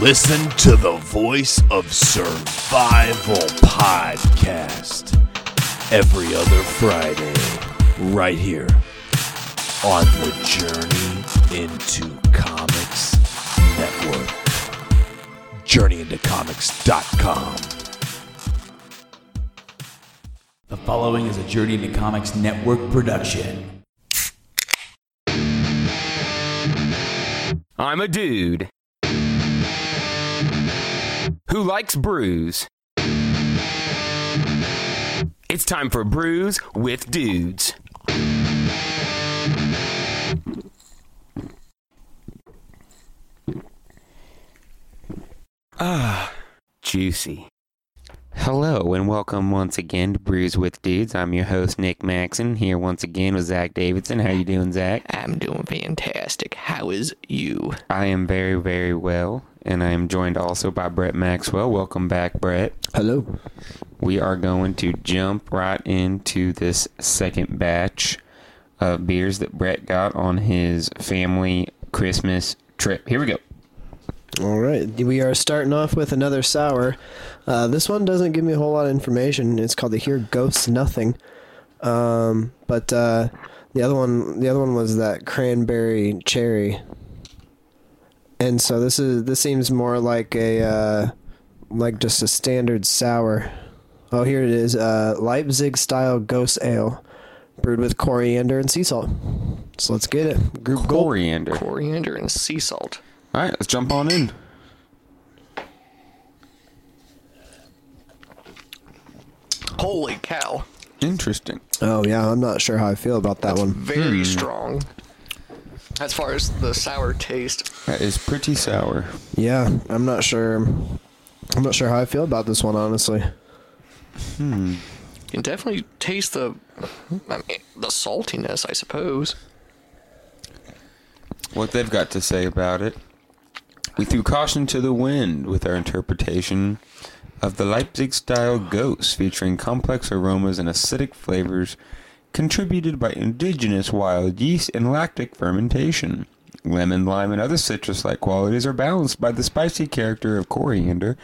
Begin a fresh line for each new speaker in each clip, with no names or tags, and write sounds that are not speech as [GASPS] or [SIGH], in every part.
Listen to the Voice of Survival podcast every other Friday, right here on the Journey into Comics Network. JourneyIntoComics.com.
The following is a Journey into Comics Network production.
I'm a dude who likes brews. It's time for Brews with Dudes. Ah, juicy.
Hello and welcome once again to Brews with Dudes. I'm your host Nick Maxon here once again with Zach Davidson. How you doing, Zach?
I'm doing fantastic. How is you?
I am very, very well, and I am joined also by Brett Maxwell. Welcome back, Brett.
Hello.
We are going to jump right into this second batch of beers that Brett got on his family Christmas trip. Here we go.
All right. We are starting off with another sour. Uh, this one doesn't give me a whole lot of information. It's called the Here Ghosts Nothing. Um, but uh, the other one, the other one was that cranberry cherry. And so this is this seems more like a uh, like just a standard sour. Oh, here it is, uh, Leipzig style ghost ale, brewed with coriander and sea salt. So let's get it. Group gold.
Coriander. All
Coriander and sea salt.
right, let's jump on in.
Holy cow.
Interesting.
Oh yeah, I'm not sure how I feel about that one.
Very strong. As far as the sour taste,
That is pretty sour.
Yeah, I'm not sure. I'm not sure how I feel about this one, honestly.
you can definitely taste the I mean, the saltiness, I suppose.
what they've got to say about it. We threw caution to the wind with our interpretation of the Leipzig style ghosts featuring complex aromas and acidic flavors contributed by indigenous wild yeast and lactic fermentation. Lemon, lime, and other citrus like qualities are balanced by the spicy character of coriander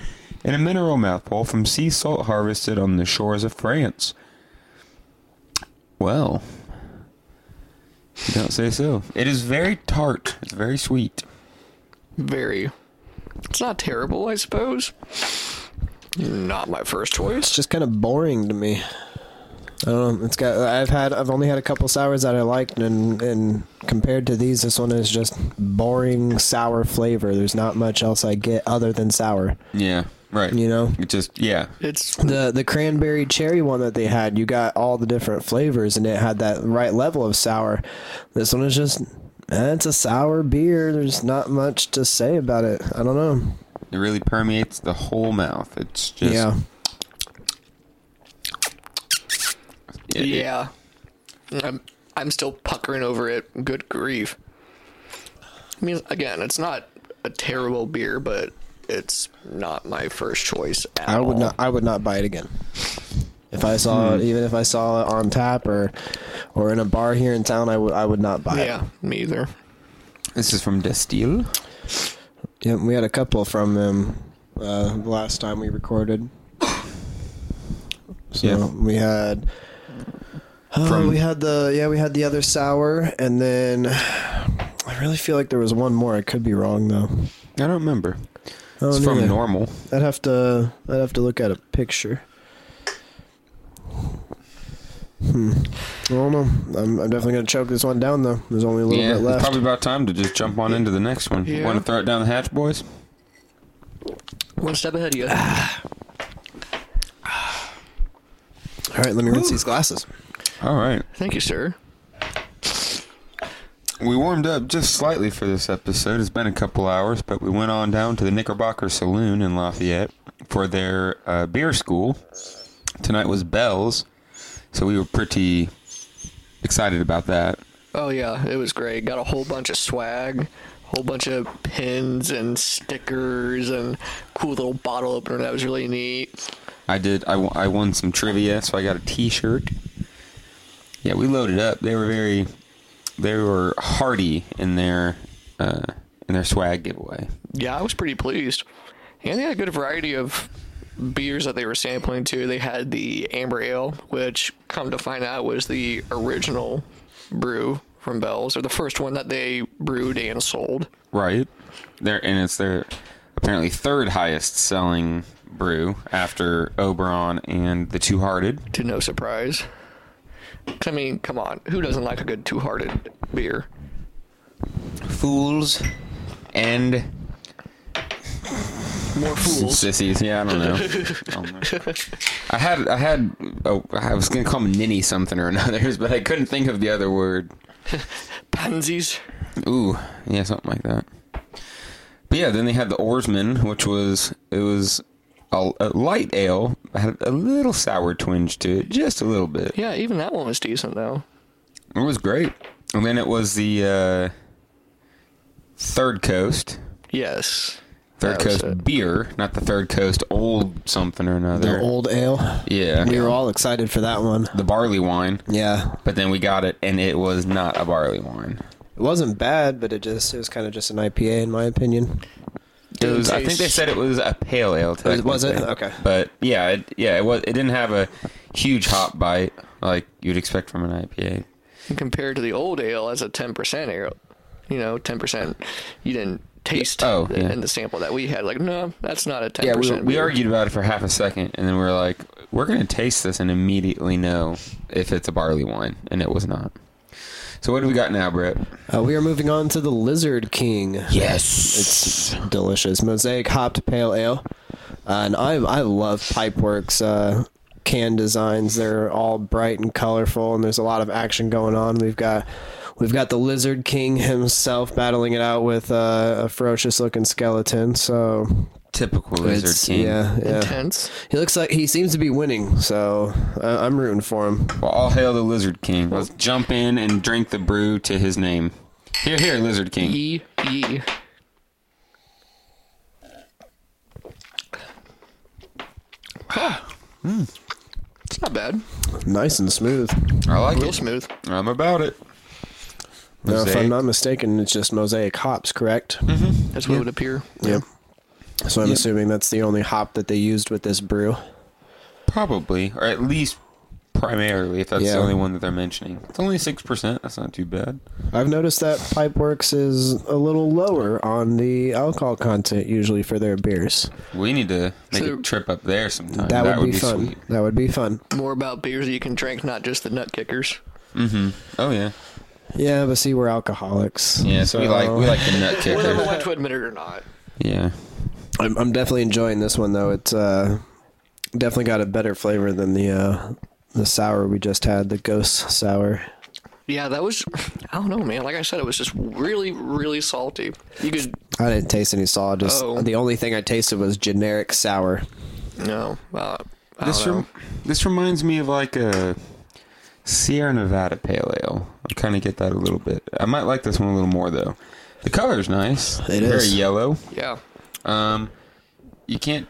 and a mineral mouthful from sea salt harvested on the shores of France. Well, you don't say so. It is very tart, it's very sweet.
Very. It's not terrible, I suppose. Not my first choice.
It's just kind of boring to me. I don't know. It's got. I've had. I've only had a couple sours that I liked, and and compared to these, this one is just boring sour flavor. There's not much else I get other than sour.
Yeah, right.
You know?
it just yeah,
It's
The the cranberry cherry one that they had, you got all the different flavors, and it had that right level of sour. This one is just. eh, It's a sour beer. There's not much to say about it. I don't know.
it really permeates the whole mouth. It's just
yeah.
it- it-
yeah. I'm I'm still puckering over it. Good grief. I mean, again, it's not a terrible beer, but it's not my first choice at
I would
all.
not. I would not buy it again. If I saw
Hmm.
it, even if I saw it on tap or, or in a bar here in town, I would I would not buy
Yeah, me either.
this is from Destil.
it. Yeah, we had a couple from them uh, the last time we recorded. So
Yeah.
we had. Oh,
From-
we had the yeah we had the other sour and then I really feel like there was one more. I could be wrong though.
I don't remember.
Oh,
it's from
neither.
normal.
I'd have to I'd have to look at a picture. Hmm. I don't know. I'm, I'm definitely gonna choke this one down though. There's only a little
Yeah,
bit
it's
left.
probably about time to just jump on into the next one.
Yeah.
Want to throw it down the hatch, boys?
One step ahead of you.
All right, let me rinse these glasses.
All right,
Thank you, sir.
we warmed up just slightly for this episode. It's been a couple hours, but we went on down to the Knickerbocker Saloon in Lafayette for their uh, beer school. Tonight was Bell's, so we were pretty excited about that.
Oh yeah, it was great. Got a whole bunch of swag, whole bunch of pins and stickers, and cool little bottle opener. That was really neat.
I did. I, w- I won some trivia, so I got a T-shirt. Yeah, we loaded up. They were very, they were hearty in their, uh, in their swag giveaway.
yeah, I was pretty pleased. And they had a good variety of beers that they were sampling too. They had the Amber Ale, which come to find out was the original brew from Bell's, or the first one that they brewed and sold.
Right. There and it's their apparently third highest selling brew after Oberon and the Two Hearted.
To no surprise. 'Cause, I mean, come on, who doesn't like a good two-hearted beer?
Fools and
More fools.
sissies. Yeah, I don't know. [LAUGHS] I don't know. I had I had oh, I was gonna call them ninny something or another, [LAUGHS] but I couldn't think of the other word.
Pansies.
Ooh, yeah, something like that. But yeah, then they had the Oarsman, which was it was a, a light ale, had a little sour twinge to it, just a little bit.
Yeah, even that one was decent though.
It was great. And then it was the uh, Third Coast,
Yes.
Third
That was
Coast
it.
beer, not the Third Coast old something or another.
The old ale.
yeah,
We were all excited for that one.
the barley wine.
Yeah,
But then we got it, and it was not a barley wine.
it wasn't bad, but it just it was kind of just an IPA in my opinion.
It was, I
taste-
think they said it was a pale ale.
it- was it?
technically.
Okay.
But yeah, it, yeah, it was. It didn't have a huge hop bite like you'd expect from an IPA.
compared to the old ale as a 10% ale. You know, 10%. You didn't taste
Yeah. Oh,
the-
yeah.
in the sample that we had. Like, no, that's not a 10%.
Yeah, we, we
beer.
argued about it for half a second, and then we were like, we're going to taste this and immediately know if it's a barley wine, and it was not. So what do we got now, Brett?
Uh, we are moving on to the Lizard King.
Yes,
It's delicious. Mosaic hopped pale ale. Uh, and I I love Pipeworks uh, can designs. They're all bright and colorful and there's a lot of action going on. We've got we've got the Lizard King himself battling it out with uh, a ferocious looking skeleton. So
typical lizard
it's-
king.
yeah, yeah.
Intense.
He looks like he seems to be winning, so I, I'm rooting for him.
Well, all hail the lizard king. Let's jump in and drink the brew to his name. Here, here, lizard king.
E, E.
Ah. Hmm.
It's not bad.
Nice and smooth.
I like
Real
it.
smooth.
I'm about it.
Now, if
Mosaic.
I'm not mistaken, it's just mosaic hops, correct?
That's what it would appear.
Yep. So I'm assuming that's the only hop that they used with this brew.
Probably, or at least primarily, if that's
Yeah.
the only one that they're mentioning. It's only six percent. That's not too bad.
I've noticed that Pipeworks is a little lower on the alcohol content usually for their beers.
We need to make
So-
a trip up there sometime.
That, would, be, fun.
sweet.
That would be fun.
More about beers that you can drink, not just the
[LAUGHS]
nut kickers.
Oh yeah,
Yeah, but see, we're alcoholics.
yeah. So we like we like the
[LAUGHS]
nut
Whether we
kicker.
want to admit it or not.
yeah,
I'm, I'm definitely enjoying this one though. It's uh, definitely got a better flavor than the uh, the sour we just had, the Ghost sour.
Yeah, that was. I don't know, man. Like I said, it was just really, really salty. You could
I didn't taste any salt. Just
Oh.
the only thing I tasted was generic sour.
no. Uh, I
this
don't know.
rem- this reminds me of like a Sierra Nevada pale ale. I kind of get that a little bit. I might like this one a little more though. The color's nice.
It
Very
is.
yellow.
yeah.
Um, you can't.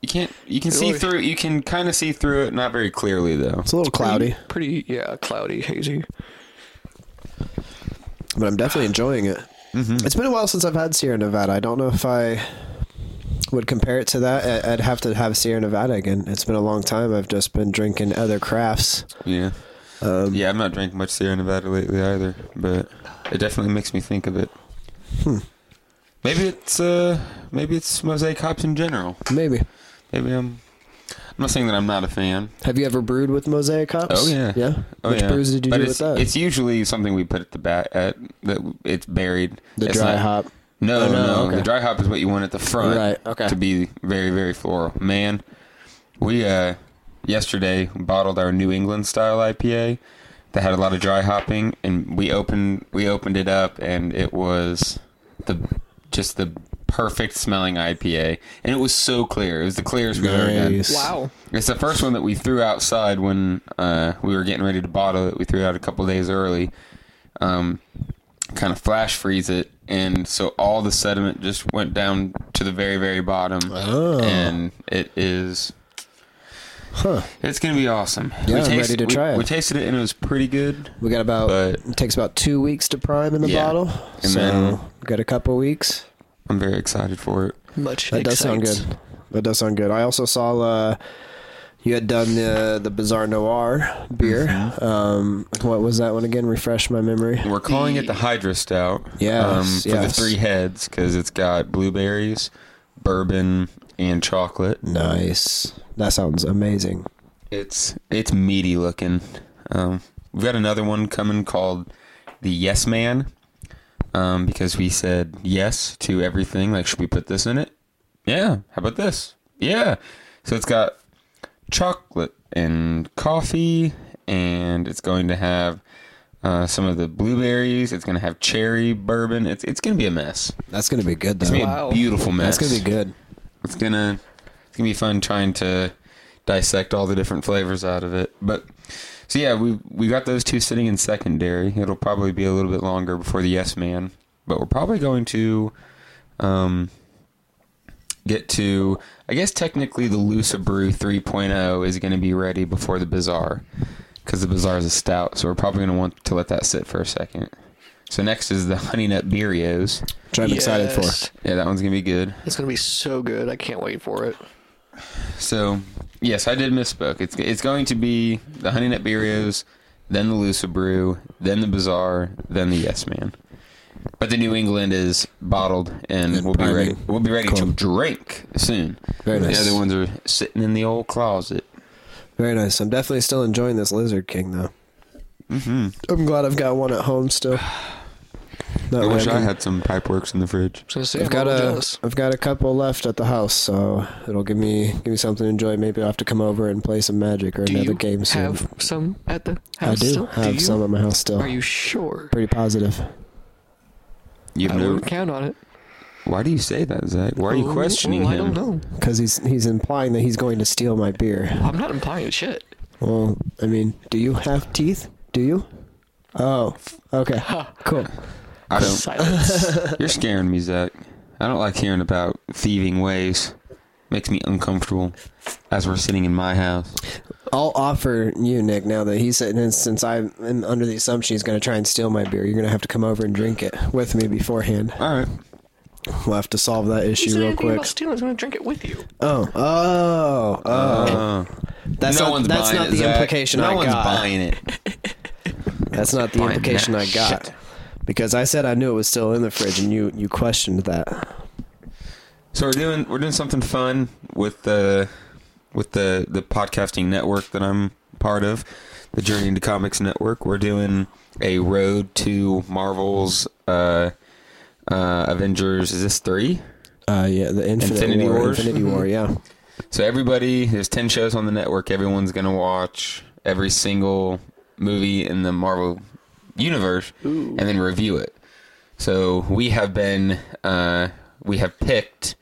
You can't. You can see
Really?
through. You can kind of see through it, not very clearly though.
It's a little cloudy,
Pretty, yeah, cloudy, hazy.
but I'm definitely enjoying it.
Mm-hmm.
It's been a while since I've had Sierra Nevada. I don't know if I would compare it to that. I- I'd have to have Sierra Nevada again. It's been a long time. I've just been drinking other crafts.
Yeah. yeah, I'm not drinking much Sierra Nevada lately either, but it definitely makes me think of it. Hmm. Maybe it's uh, maybe it's mosaic hops in general.
Maybe.
Maybe I'm. I'm not saying that I'm not a fan.
Have you ever brewed with mosaic hops?
Oh yeah,
yeah.
Oh,
Which
yeah.
brews did you
But
do
it's,
with that?
It's usually something we put at the back at that it's buried.
the
It's
dry
not-
hop.
No,
Oh, no,
no,
okay.
the dry hop is what you want at the front,
Right, okay.
To be very, very floral. Man, we uh yesterday bottled our New England style IPA that had a lot of dry hopping, and we opened we opened it up, and it was the just the perfect smelling IPA, and it was so clear. It was the clearest we've ever done.
Nice.
Wow.
It's the first one that we threw outside when uh, we were getting ready to bottle it. We threw it out a couple days early, um, kind of flash freeze it, and so all the sediment just went down to the very, very bottom,
Oh.
and it is.
Huh.
It's gonna be awesome.
Yeah, I'm ready to
we-
try it.
We tasted it and it was pretty good.
We got about.
But-
it takes about two weeks to prime in the
Yeah.
bottle.
And
so
then-
got a couple weeks.
I'm very excited for it.
Much
That does sound
excites.
good. That does sound good. I also saw uh, you had done uh, the the Bizarre Noir beer. Um, what was that one again? Refresh my memory.
Mm-hmm. We're calling it the Hydra Stout. um,
Yes,
for
yes.
the three heads because it's got blueberries, bourbon, and chocolate.
Nice. That sounds amazing.
It's it's meaty looking. Um, we've got another one coming called the Yes Man, um, because we said yes to everything. Like, should we put this in it? Yeah. How about this? Yeah. So it's got chocolate and coffee, and it's going to have uh, some of the blueberries. It's going to have cherry bourbon. It's it's going to be a mess.
That's gonna be good
It's
though.
going to
Wow.
be a beautiful mess.
That's gonna be good.
It's gonna it's gonna be fun trying to dissect all the different flavors out of it. But so yeah, we we got those two sitting in secondary. It'll probably be a little bit longer before the yes man, but we're probably going to um get to I guess technically the Lusa Brew 3.0 is going to be ready before the Bazaar cuz the Bazaar is a stout, so we're probably going to want to let that sit for a second. So next is the Honey Nut Birrios.
Which I'm excited for.
Yes.
Yeah, that one's going to be good.
It's gonna be so good. I can't wait for it.
So, yes, I did misspoke. It's it's going to be the Honey Nut Berrios, then the Lusa Brew, then the Bazaar, then the Yes Man. But the New England is bottled and,
And
we'll be ready.
priming.
We'll be ready
Cool.
to drink soon.
Very nice.
The other ones are sitting in the old closet.
Very nice. I'm definitely still enjoying this Lizard King though. Mm-hmm. I'm glad I've got one at home still. [SIGHS] That
I
way
wish I
can-
had some pipeworks in the fridge.
I was gonna say,
I've
I'm
got
little
a
jealous.
I've got a couple left at the house, so it'll give me give me something to enjoy. Maybe I'll have to come over and play some Magic or
Do
another
you
game soon.
have some at the
I
house?
do
still?
have
you?
some at my house still.
Are you sure?
Pretty positive.
You've
I
never,
wouldn't count on it.
why do you say that, Zach? Why are you
Oh,
questioning
oh, I
him?
don't know.
Because he's he's implying that he's going to steal my beer.
I'm not implying shit.
Well, I mean, do you have teeth? Do you? Oh,
[LAUGHS]
okay, cool.
I don't.
[LAUGHS]
Silence.
You're scaring me, Zach. I don't like hearing about thieving ways. Makes me uncomfortable as we're sitting in my house.
I'll offer you, Nick, now that he's sitting in, since I'm I'm under the assumption he's going to try and steal my beer. You're going to have to come over and drink it with me beforehand.
All right.
We'll have to solve that
He
issue
said
real
anything
quick.
About stealing, I was gonna drink it with you.
Oh, oh, oh.
Uh,
that's
no
not,
one's
that's
buying
not
it,
the
Zach.
implication
No
I
one's
got.
buying it.
That's not the
buying
implication
that
I got.
shit.
Because I said I knew it was still in the fridge, and you you questioned that.
So we're doing we're doing something fun with the with the the podcasting network that I'm part of, the Journey into Comics Network. We're doing a road to Marvel's uh, uh, Avengers. Is this three?
Uh, yeah, the Infinite
Infinity
War,
Wars?
Infinity War, yeah.
So everybody, there's ten shows on the network. Everyone's gonna watch every single movie in the Marvel universe and then review it. So we have been, uh, we have picked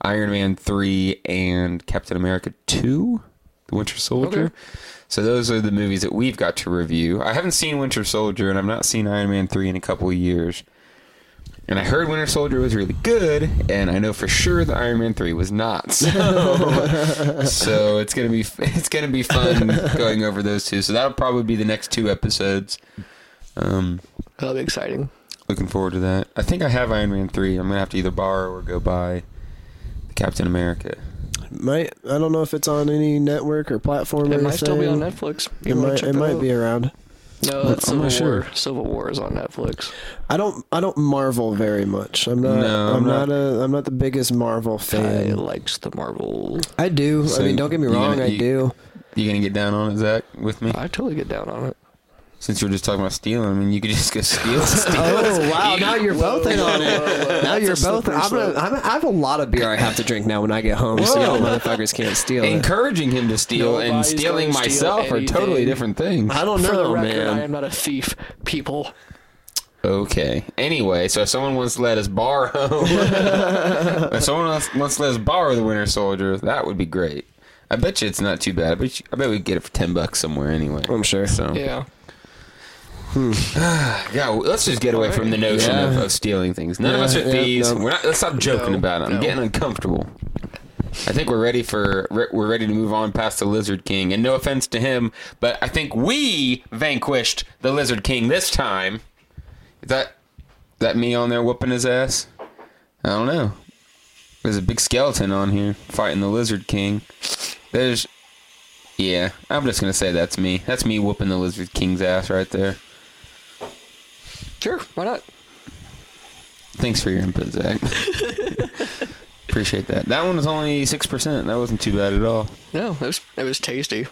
Iron Man three and Captain America two, The Winter Soldier. So those are the movies that we've got to review. I haven't seen Winter Soldier, and I've not seen Iron Man three in a couple of years. And I heard Winter Soldier was really good, and I know for sure that Iron Man three was not. [LAUGHS] So, so it's gonna be [LAUGHS] it's gonna be fun going over those two. So that'll probably be the next two episodes. Um,
That'll be exciting.
looking forward to that. I think I have Iron Man three. I'm gonna have to either borrow or go buy Captain America.
Might I don't know if it's on any network or platform. or
It might still be on
anything.
Netflix.
It might, it might be around.
No, that's
I'm
Civil
not
War.
sure.
Civil War is on Netflix.
I don't. I don't marvel very much. I'm not.
No,
I'm,
I'm
not,
not-
a. I'm not the biggest Marvel
I
fan.
liked the Marvel.
I, do.
So
I mean, don't get me
you
wrong.
gonna-
I
you-
do.
You gonna get down on it, Zach, with me?
I totally get down on it.
Since we're just talking about stealing, I mean, you could just go [LAUGHS] steal. steal.
Oh wow! Now you're both in on it. Now you're
That's a
both.
slippery
I'm gonna,
slope.
I'm, I have a lot of beer I have to drink now when I get home, so y'all motherfuckers can't steal it.
Encouraging him to steal and
Nobody's
stealing
gonna steal
myself are totally
anything.
different things.
I don't
For the
know,
record, I
man.
am not a thief, people.
Okay. Anyway, so if someone wants to let us borrow, [LAUGHS] if someone wants, wants to let us borrow the Winter Soldier, that would be great. I bet you it's not too bad. I bet, you, I bet we get it for ten bucks somewhere anyway.
I'm sure.
So yeah,
Yeah.
well, let's just get away from the notion of,
Yeah.
of stealing things. None of us are
Yeah, yeah,
thieves.
no.
We're not. Let's stop joking
No,
about it. I'm
no.
getting uncomfortable. I think we're ready for re- we're ready to move on past the Lizard King. And no offense to him, but I think we vanquished the Lizard King this time. Is that that me on there whooping his ass? I don't know. There's a big skeleton on here fighting the lizard king. There's, yeah. I'm just gonna say that's me. That's me whooping the lizard king's ass right there.
Sure, why not?
Thanks for your input, Zach. Appreciate that. That one was only six percent. That wasn't too bad at all.
No, it was it was tasty.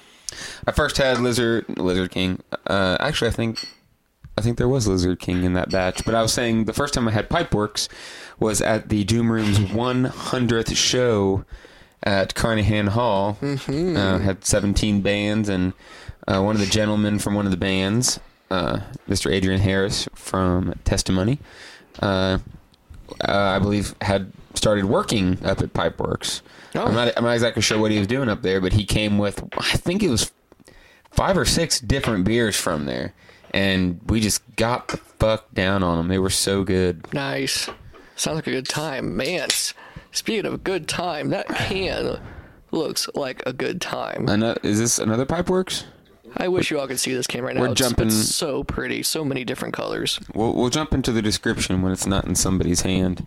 I first had lizard lizard king. Uh, actually, I think I think there was lizard king in that batch. But I was saying the first time I had Pipeworks was at the Doom Room's 100th show at Carnahan Hall. Mm-hmm. Uh, had 17 bands, and uh, one of the gentlemen from one of the bands, uh, Mr. Adrian Harris from Testimony, uh, uh, I believe had started working up at Pipeworks. I'm not I'm not exactly sure what he was doing up there, but he came with I think it was five or six different beers from there, and we just got the fuck down on them. They were so good.
Nice. Sounds like a good time, man. s- Speaking of good time, that can looks like a good time.
Another, is this another Pipeworks?
I wish you all could see this can right now.
We're
It's-
jumping-
It's so pretty, so many different colors.
We'll, we'll jump into the description when it's not in somebody's hand.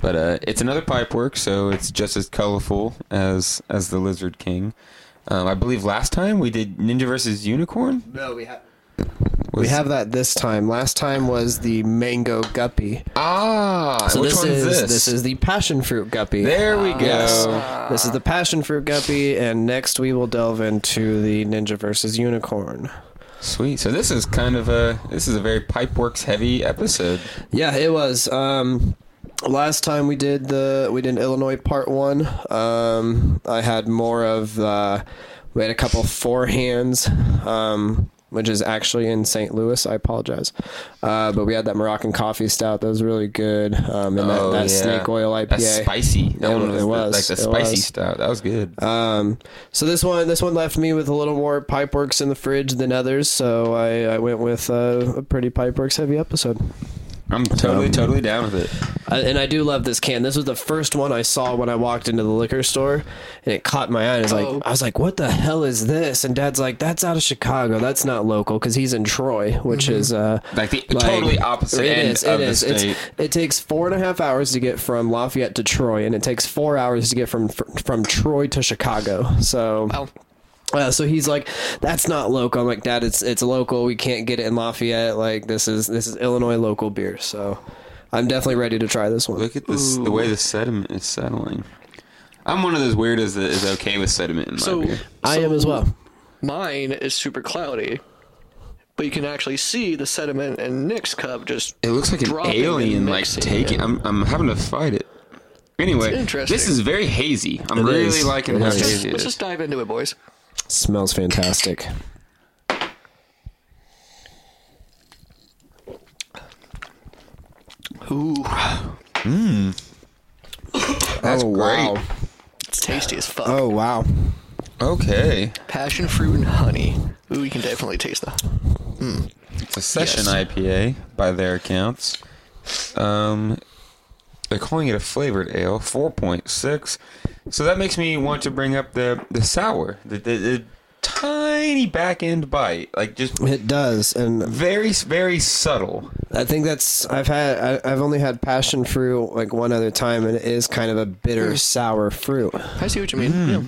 But uh, it's another pipework, so it's just as colorful as as the Lizard King. Um, I believe last time we did Ninja versus Unicorn.
No, we have.
Was-
We have that this time. Last time was the mango guppy.
Ah,
So
which
this
one's
is
this?
is the passion fruit guppy.
there we go.
This is the passion fruit guppy, and next we will delve into the ninja versus unicorn.
Sweet. So this is kind of a this is a very pipeworks heavy episode.
Yeah, it was. Um, last time we did the we did Illinois part one. Um, I had more of uh, we had a couple forehands, um, which is actually in St. Louis. I apologize, uh, but we had that Moroccan coffee stout that was really good, um, and that,
oh,
that
yeah.
snake oil IPA.
That's spicy. That
It-
one was,
it
the-
was,
like the
it
spicy
was.
stuff. That was good.
Um, so this one, this one left me with a little more pipeworks in the fridge than others. So I, I went with uh, a pretty pipeworks heavy episode.
I'm totally totally down with it.
I, and I do love this can. This was the first one I saw when I walked into the liquor store, and it caught my eye. And it's like
Oh.
I was like, "What the hell is this?" And Dad's like, "That's out of Chicago. That's not local because he's in Troy, which is uh,
Mm-hmm. Like the totally opposite
It
end
is.
of
it
the
is.
state.
It's, it takes four and a half hours to get from Lafayette to Troy, and it takes four hours to get from from Troy to Chicago. So
Oh.
Wow.
uh, so he's like, "That's not local." I'm like, "Dad, it's it's local. We can't get it in Lafayette. Like this is this is Illinois local beer." So, I'm definitely ready to try this one.
Look at this, the way the sediment is settling. I'm one of those weirdos that is okay with sediment in my
So
beer.
I am as well.
mine is super cloudy, but you can actually see the sediment in Nick's cup just
It looks like an
dropping and
alien, like
mixing
taking.
it.
I'm, I'm having to fight it. Anyway,
It's interesting.
this is very hazy. I'm
It
really
is.
liking
It
how
is.
Let's just,
hazy it
let's
is.
just dive into it, boys.
Smells fantastic.
Ooh,
That's
oh
great.
wow!
it's tasty as fuck.
Oh wow!
Okay,
Passion fruit and honey. Ooh, you can definitely taste that.
it's a session IPA by their accounts. Um, they're calling it a flavored ale, 4.6. So that makes me want to bring up the the sour, the, the, the tiny back end bite, like just
It does, and
very very subtle.
I think that's I've had I, I've only had passion fruit like one other time, and it is kind of a
Mm.
bitter sour fruit.
I see what you mean. Yeah.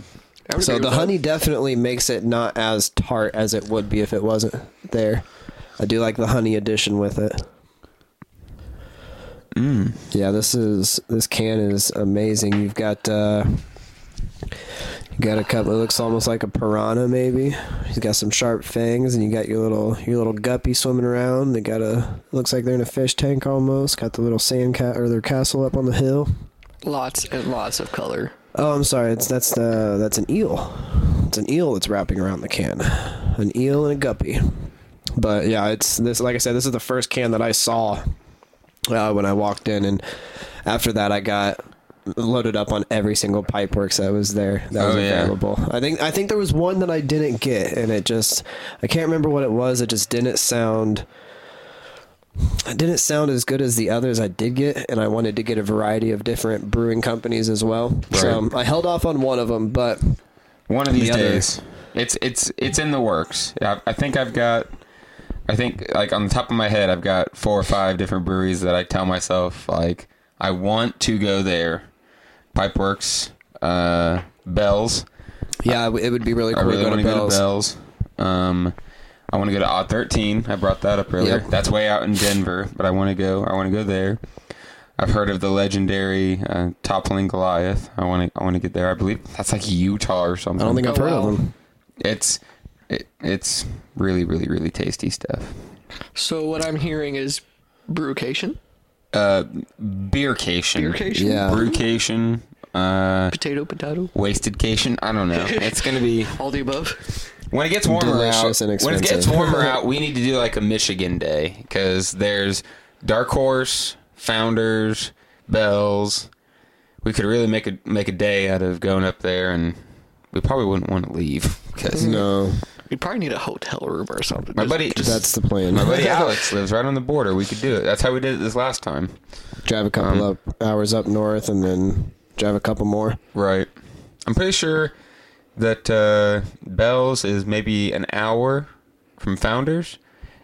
I would
So
agree
the
with that.
honey definitely makes it not as tart as it would be if it wasn't there. I do like the honey addition with it. Yeah, this is this can is amazing. You've got uh you got a couple it looks almost like a piranha maybe. He's got some sharp fangs and you got your little your little guppy swimming around. They got a looks like they're in a fish tank almost. Got the little sand cat or their castle up on the hill.
Lots and lots of color.
Oh, I'm sorry. It's that's the that's an eel. It's an eel that's wrapping around the can. An eel and a guppy. But yeah, it's this. Like I said, this is the first can that I saw uh, when I walked in, and after that, I got loaded up on every single pipeworks that was there that was
Oh, yeah.
available. I think I think there was one that I didn't get, and it just I can't remember what it was. It just didn't sound. It didn't sound as good as the others I did get, and I wanted to get a variety of different brewing companies as well. So I held off on one of them, but
One of these
other-
days, it's it's it's in the works. I, I think I've got, I think like on the top of my head, I've got four or five different breweries that I tell myself like I want to go there. Pipeworks, uh, Bells.
Yeah, it would be really
I
cool
really
to go
want
to
to go
Bell's.
to Bells. Um, I want to go to Odd Thirteen. I brought that up earlier.
Yep.
That's way out in Denver, but I want to go. I want to go there. I've heard of the legendary uh, toppling Goliath. I want to. I want to get there. I believe that's like Utah or something.
I don't think
Oh,
I've heard
wow.
of them.
it's it, it's really really really tasty stuff.
So what I'm hearing is brewcation,
Beercation.
beercation,
Yeah.
Brewcation. Uh,
potato, potato,
wastedcation. I don't [LAUGHS] know. It's gonna be
all the above.
when it gets warmer
Delicious
out.
and
when it gets
expensive.
warmer out, we need to do like a Michigan day because there's Dark Horse, Founders, Bells. We could really make a make a day out of going up there, and we probably wouldn't want to leave because
No,
We'd probably need a hotel room or something.
my
Just-
buddy
that's the plan.
my buddy Alex lives right on the border. We could do it. That's how we did it this last time.
drive a couple up hours up north and then drive a couple more.
Right. I'm pretty sure that uh, Bell's is maybe an hour from Founders,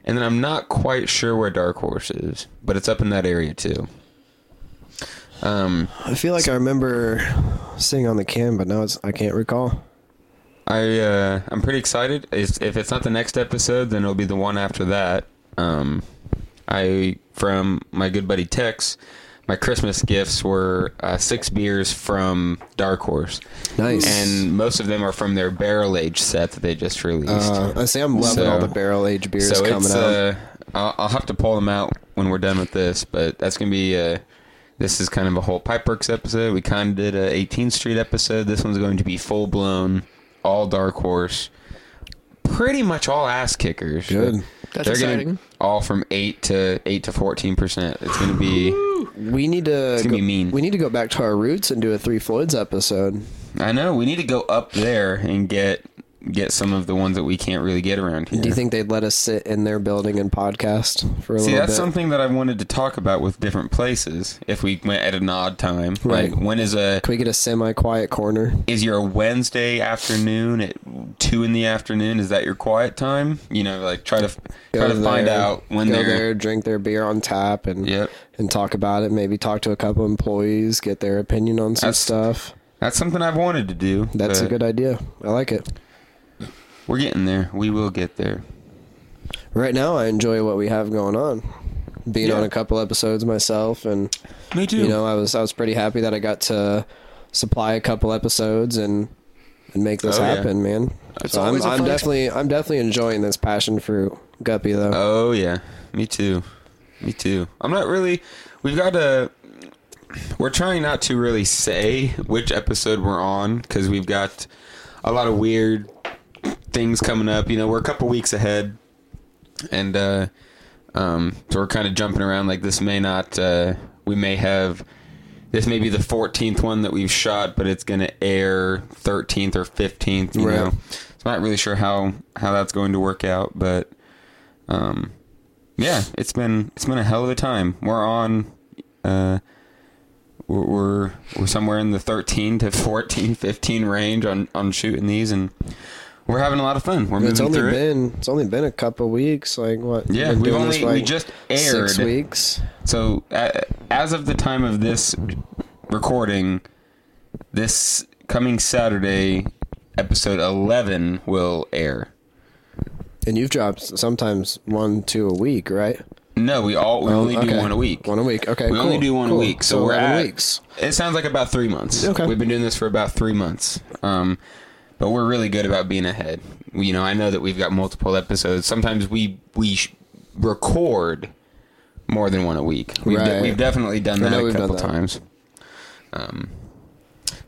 and then I'm not quite sure where Dark Horse is, but it's up in that area too. Um,
I feel like I remember seeing on the cam, but now it's I can't recall.
I uh, I'm pretty excited. It's, if it's not the next episode, then it'll be the one after that. Um, I from my good buddy Tex. My Christmas gifts were uh, six beers from Dark Horse,
Nice.
and most of them are from their barrel age set that they just released.
Uh, I say I'm loving
So-
all the barrel aged beers
so
coming
it's,
out.
Uh, I'll, I'll have to pull them out when we're done with this, but that's gonna be. Uh, this is kind of a whole Pipeworks episode. We kind of did a 18th Street episode. This one's going to be full blown, all Dark Horse, pretty much all ass kickers.
Good.
That's
gonna-
exciting.
all from eight to eight to 14 percent. It's gonna be.
we need to
gonna
go,
be mean.
we need to go back to our roots and do a Three Floyds episode.
I know we need to go up there and get get some of the ones that we can't really get around here.
Do you think they'd let us sit in their building and podcast for a
See,
little
that's
bit?
something that I wanted to talk about with different places. If we went at an odd time,
Right.
like when is a
Can we get a semi quiet corner?
is your Wednesday afternoon at two in the afternoon? Is that your quiet time? You know, like try to try to find
there,
out when
go
they're
there, drink their beer on tap, and
Yep.
and talk about it. Maybe talk to a couple employees, get their opinion on some
That's-
stuff.
That's something I've wanted to do.
That's a
but
good idea. I like it.
We're getting there. We will get there.
Right now, I enjoy what we have going on. Being
Yeah.
on a couple episodes myself, and
Me too.
you know, I was I was pretty happy that I got to supply a couple episodes and and make this
Oh, yeah.
happen, man. so I'm
always a
I'm
fun-
definitely I'm definitely enjoying this passion for Guppy though.
Oh yeah, me too. Me too. I'm not really. We've got to. We're trying not to really say which episode we're on because we've got a lot of weird things coming up. You know, we're a couple weeks ahead, and uh, um, so we're kind of jumping around. Like this may not. Uh, we may have. This may be the 14th one that we've shot, but it's going to air 13th or 15th. You
Right.
know, so I'm not really sure how how that's going to work out, but um, yeah, it's been it's been a hell of a time. We're on uh we're we're, we're somewhere in the 13 to 14, 15 range on on shooting these and we're having a lot of fun. We're moving
it's only
through it.
been it's only been a couple weeks. Like what?
Yeah,
been
we've
doing
only-
this for,
we
like,
just
six
aired.
weeks.
So uh, as of the time of this recording, this coming Saturday episode 11 will air.
And you've dropped sometimes one, two a week, right?
No, we all we only do
Oh, okay.
one a week.
One a week. Okay,
we only
cool,
do one a
cool.
week. So,
So
we're
11
at.
weeks.
It sounds like about three months.
Okay.
We've been doing this for about three months. Um, but we're really good about being ahead. We- You know, I know that we've got multiple episodes. Sometimes we we sh- record more than one a week. We've, de-
Right.
we've definitely done that
I know
a
we've done
couple
that.
times. Um,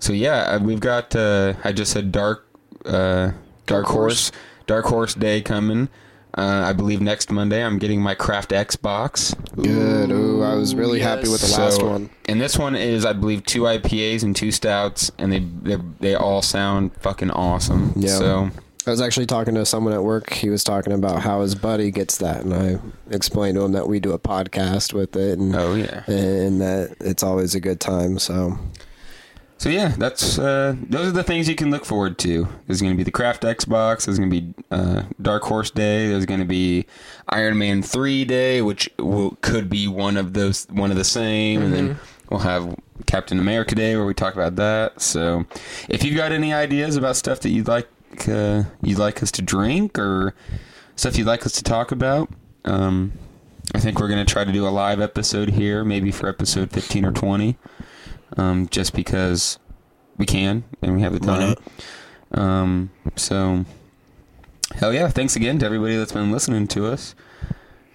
so yeah, uh, we've got. Uh, I just said dark, uh, dark horse, dark horse day coming. Uh, I believe next Monday I'm getting my Craft Xbox.
Good. Ooh, I was really happy with the last
So-
one.
And this one is, I believe, two IPAs and two stouts, and they they they all sound fucking awesome.
Yeah.
So
I was actually talking to someone at work. He was talking about how his buddy gets that, and I explained to him that we do a podcast with it, and
Oh, yeah.
and that it's always a good time. So
so yeah, that's uh, those are the things you can look forward to. There's going to be the Craft Xbox. There's going to be uh, Dark Horse Day. There's going to be Iron Man Three Day, which will, could be one of those one of the same, and then. We'll have Captain America Day where we talk about that. So, if you've got any ideas about stuff that you'd like uh, you'd like us to drink or stuff you'd like us to talk about, um, I think we're gonna try to do a live episode here, maybe for episode fifteen or twenty, um, just because we can and we have the time. Um, so, hell yeah! Thanks again to everybody that's been listening to us.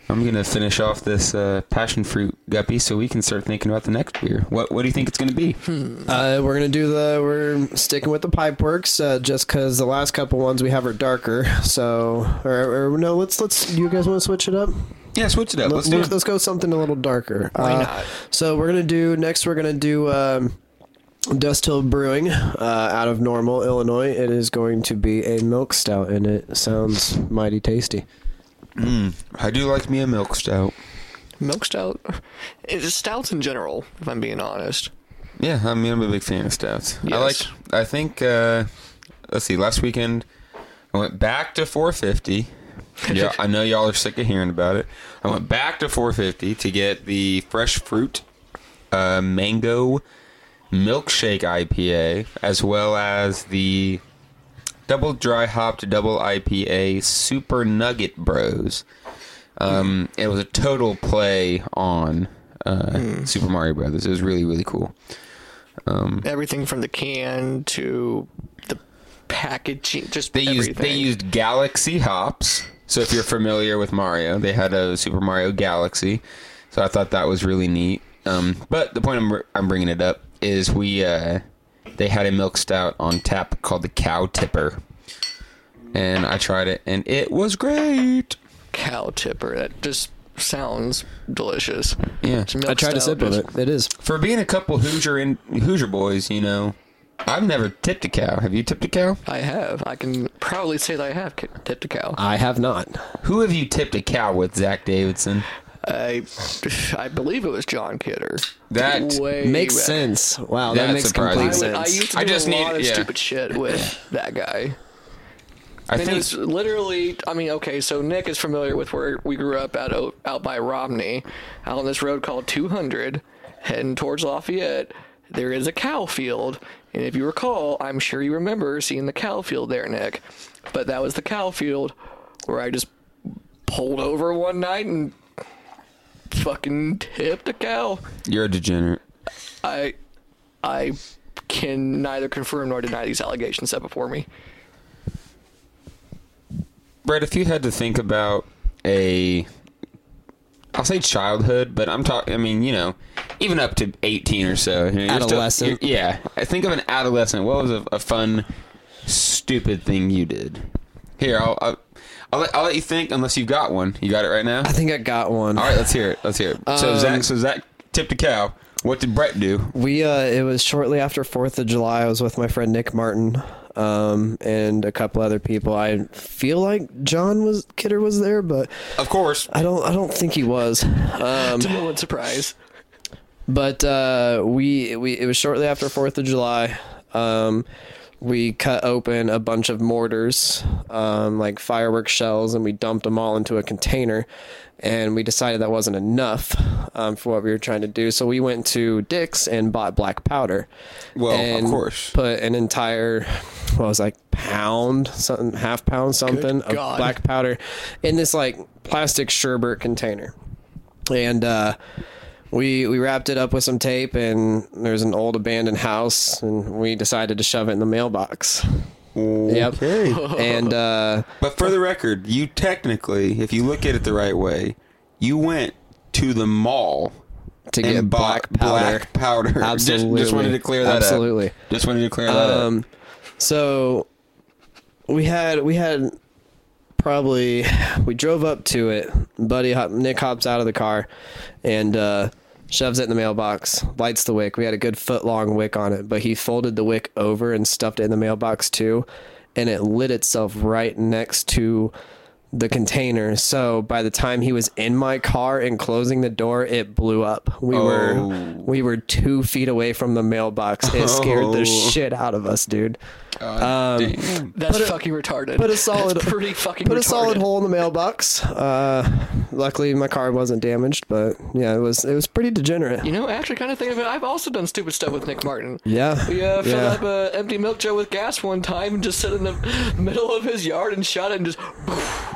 I'm gonna finish off this uh, passion fruit guppy so we can start thinking about the next beer. What What do you think it's gonna be?
Uh, we're gonna do the we're sticking with the pipe works uh, just because the last couple ones we have are darker. So or, or no, let's let's you guys want to switch it up?
Yeah, switch it up. Let's do
let's,
it.
let's go something a little darker. Why
not?
So we're gonna do next. We're gonna do um, Dust Hill Brewing uh, out of Normal, Illinois. It is going to be a milk stout, and it sounds mighty tasty.
I do like me a milk stout.
Milk stout, it's stouts in general. If I'm being honest,
Yeah, I mean I'm a big fan of stouts. I
Yes.
like. I think. Uh, let's see. Last weekend, I went back to 450. Yeah, I know y'all are sick of hearing about it. I went back to 450 to get the fresh fruit uh, mango milkshake IPA, as well as the double dry hopped double IPA Super Nugget Bros. Um, it was a total play on uh, Super Mario Brothers. It was really really cool. Mm.
everything from the can to the packaging, just
They
everything.
used they used Galaxy hops. So if you're familiar with Mario, they had a Super Mario Galaxy. So I thought that was really neat. Um, but the point I'm I'm bringing it up is we uh, they had a milk stout on tap called the Cow Tipper, and I tried it and it was great.
cow tipper. That just sounds delicious.
Yeah.
It's milk
I tried to
stout,
sip of
just-
it. It is.
For being a couple Hoosier in, Hoosier boys, you know, I've never tipped a cow. Have you tipped a cow?
I have. I can proudly say that I have ki- tipped a cow.
I have not.
Who have you tipped a cow with, Zach Davidson?
I, I believe it was John Kidder.
That
Way
Makes
back.
sense. Wow,
That's
that makes
surprising.
I,
complete
would,
sense.
I used to
I
do
just
a
need-
lot of
yeah.
stupid shit with that guy.
I
And it
think
was literally, I mean, okay, so Nick is familiar with where we grew up out o- out by Romney, out on this road called 200, heading towards Lafayette. There is a cow field, and if you recall, I'm sure you remember seeing the cow field there, Nick. But that was the cow field where I just pulled over one night and fucking tipped a cow.
you're a degenerate.
I, I can neither confirm nor deny these allegations set before me.
Brett, if you had to think about a, I'll say childhood, but I'm talking. I mean, you know, even up to 18 or so. you know, you're still-
Adolescent.
you're- yeah, I think of an adolescent. What was a, a fun, stupid thing you did? Here, I'll, I'll, I'll, let, I'll let you think. Unless you've got one, you got it right now.
I Um, think I got one.
All right, let's hear it. Let's hear it. So Zach, so Zach tipped a cow. What did Brett do?
We uh, it was shortly after Fourth of July. I was with my friend Nick Martin, um, and a couple other people. I feel like John was Kidder was there, but
Of course,
I don't. I don't think he was. Um,
No one surprise.
but uh, we we it was shortly after Fourth of July. Um, we cut open a bunch of mortars, um, like firework shells, and we dumped them all into a container. And we decided that wasn't enough um, for what we were trying to do, so we went to Dick's and bought black powder.
Well, of
and
course.
put an entire what was it, like pound something, half pound something of
God.
black powder in this like plastic sherbet container and uh, we we wrapped it up with some tape and there's an old abandoned house and we decided to shove it in the mailbox yep and uh,
But for the record, you technically, if you look at it the right way, you went to the mall
to get
bought
black powder
black powder. [LAUGHS] Just- Just,
Absolutely.
wanted to clear that
Absolutely.
up. Just wanted to clear that
Um,
up.
so we had we had probably [LAUGHS] we drove up to it. Buddy hop, Nick hops out of the car and uh, shoves it in the mailbox. Lights the wick. We had a good foot long wick on it, but he folded the wick over and stuffed it in the mailbox too, and it lit itself right next to the container. So by the time he was in my car and closing the door, it blew up. We were
Oh.
we were two feet away from the mailbox. It scared
Oh.
the shit out of us, dude.
God Oh,
um,
damn.
[LAUGHS] That's fucking retarded.
Put a solid,
That's pretty fucking.
put
retarded.
a solid hole in the mailbox. Uh, Luckily, my car wasn't damaged, but yeah, it was it was pretty degenerate.
You know, actually, kind of thinking of it, I've also done stupid stuff with Nick Martin.
Yeah.
We uh, filled
Yeah.
up an empty milk jug with gas one time and just set it in the middle of his yard and shot it and just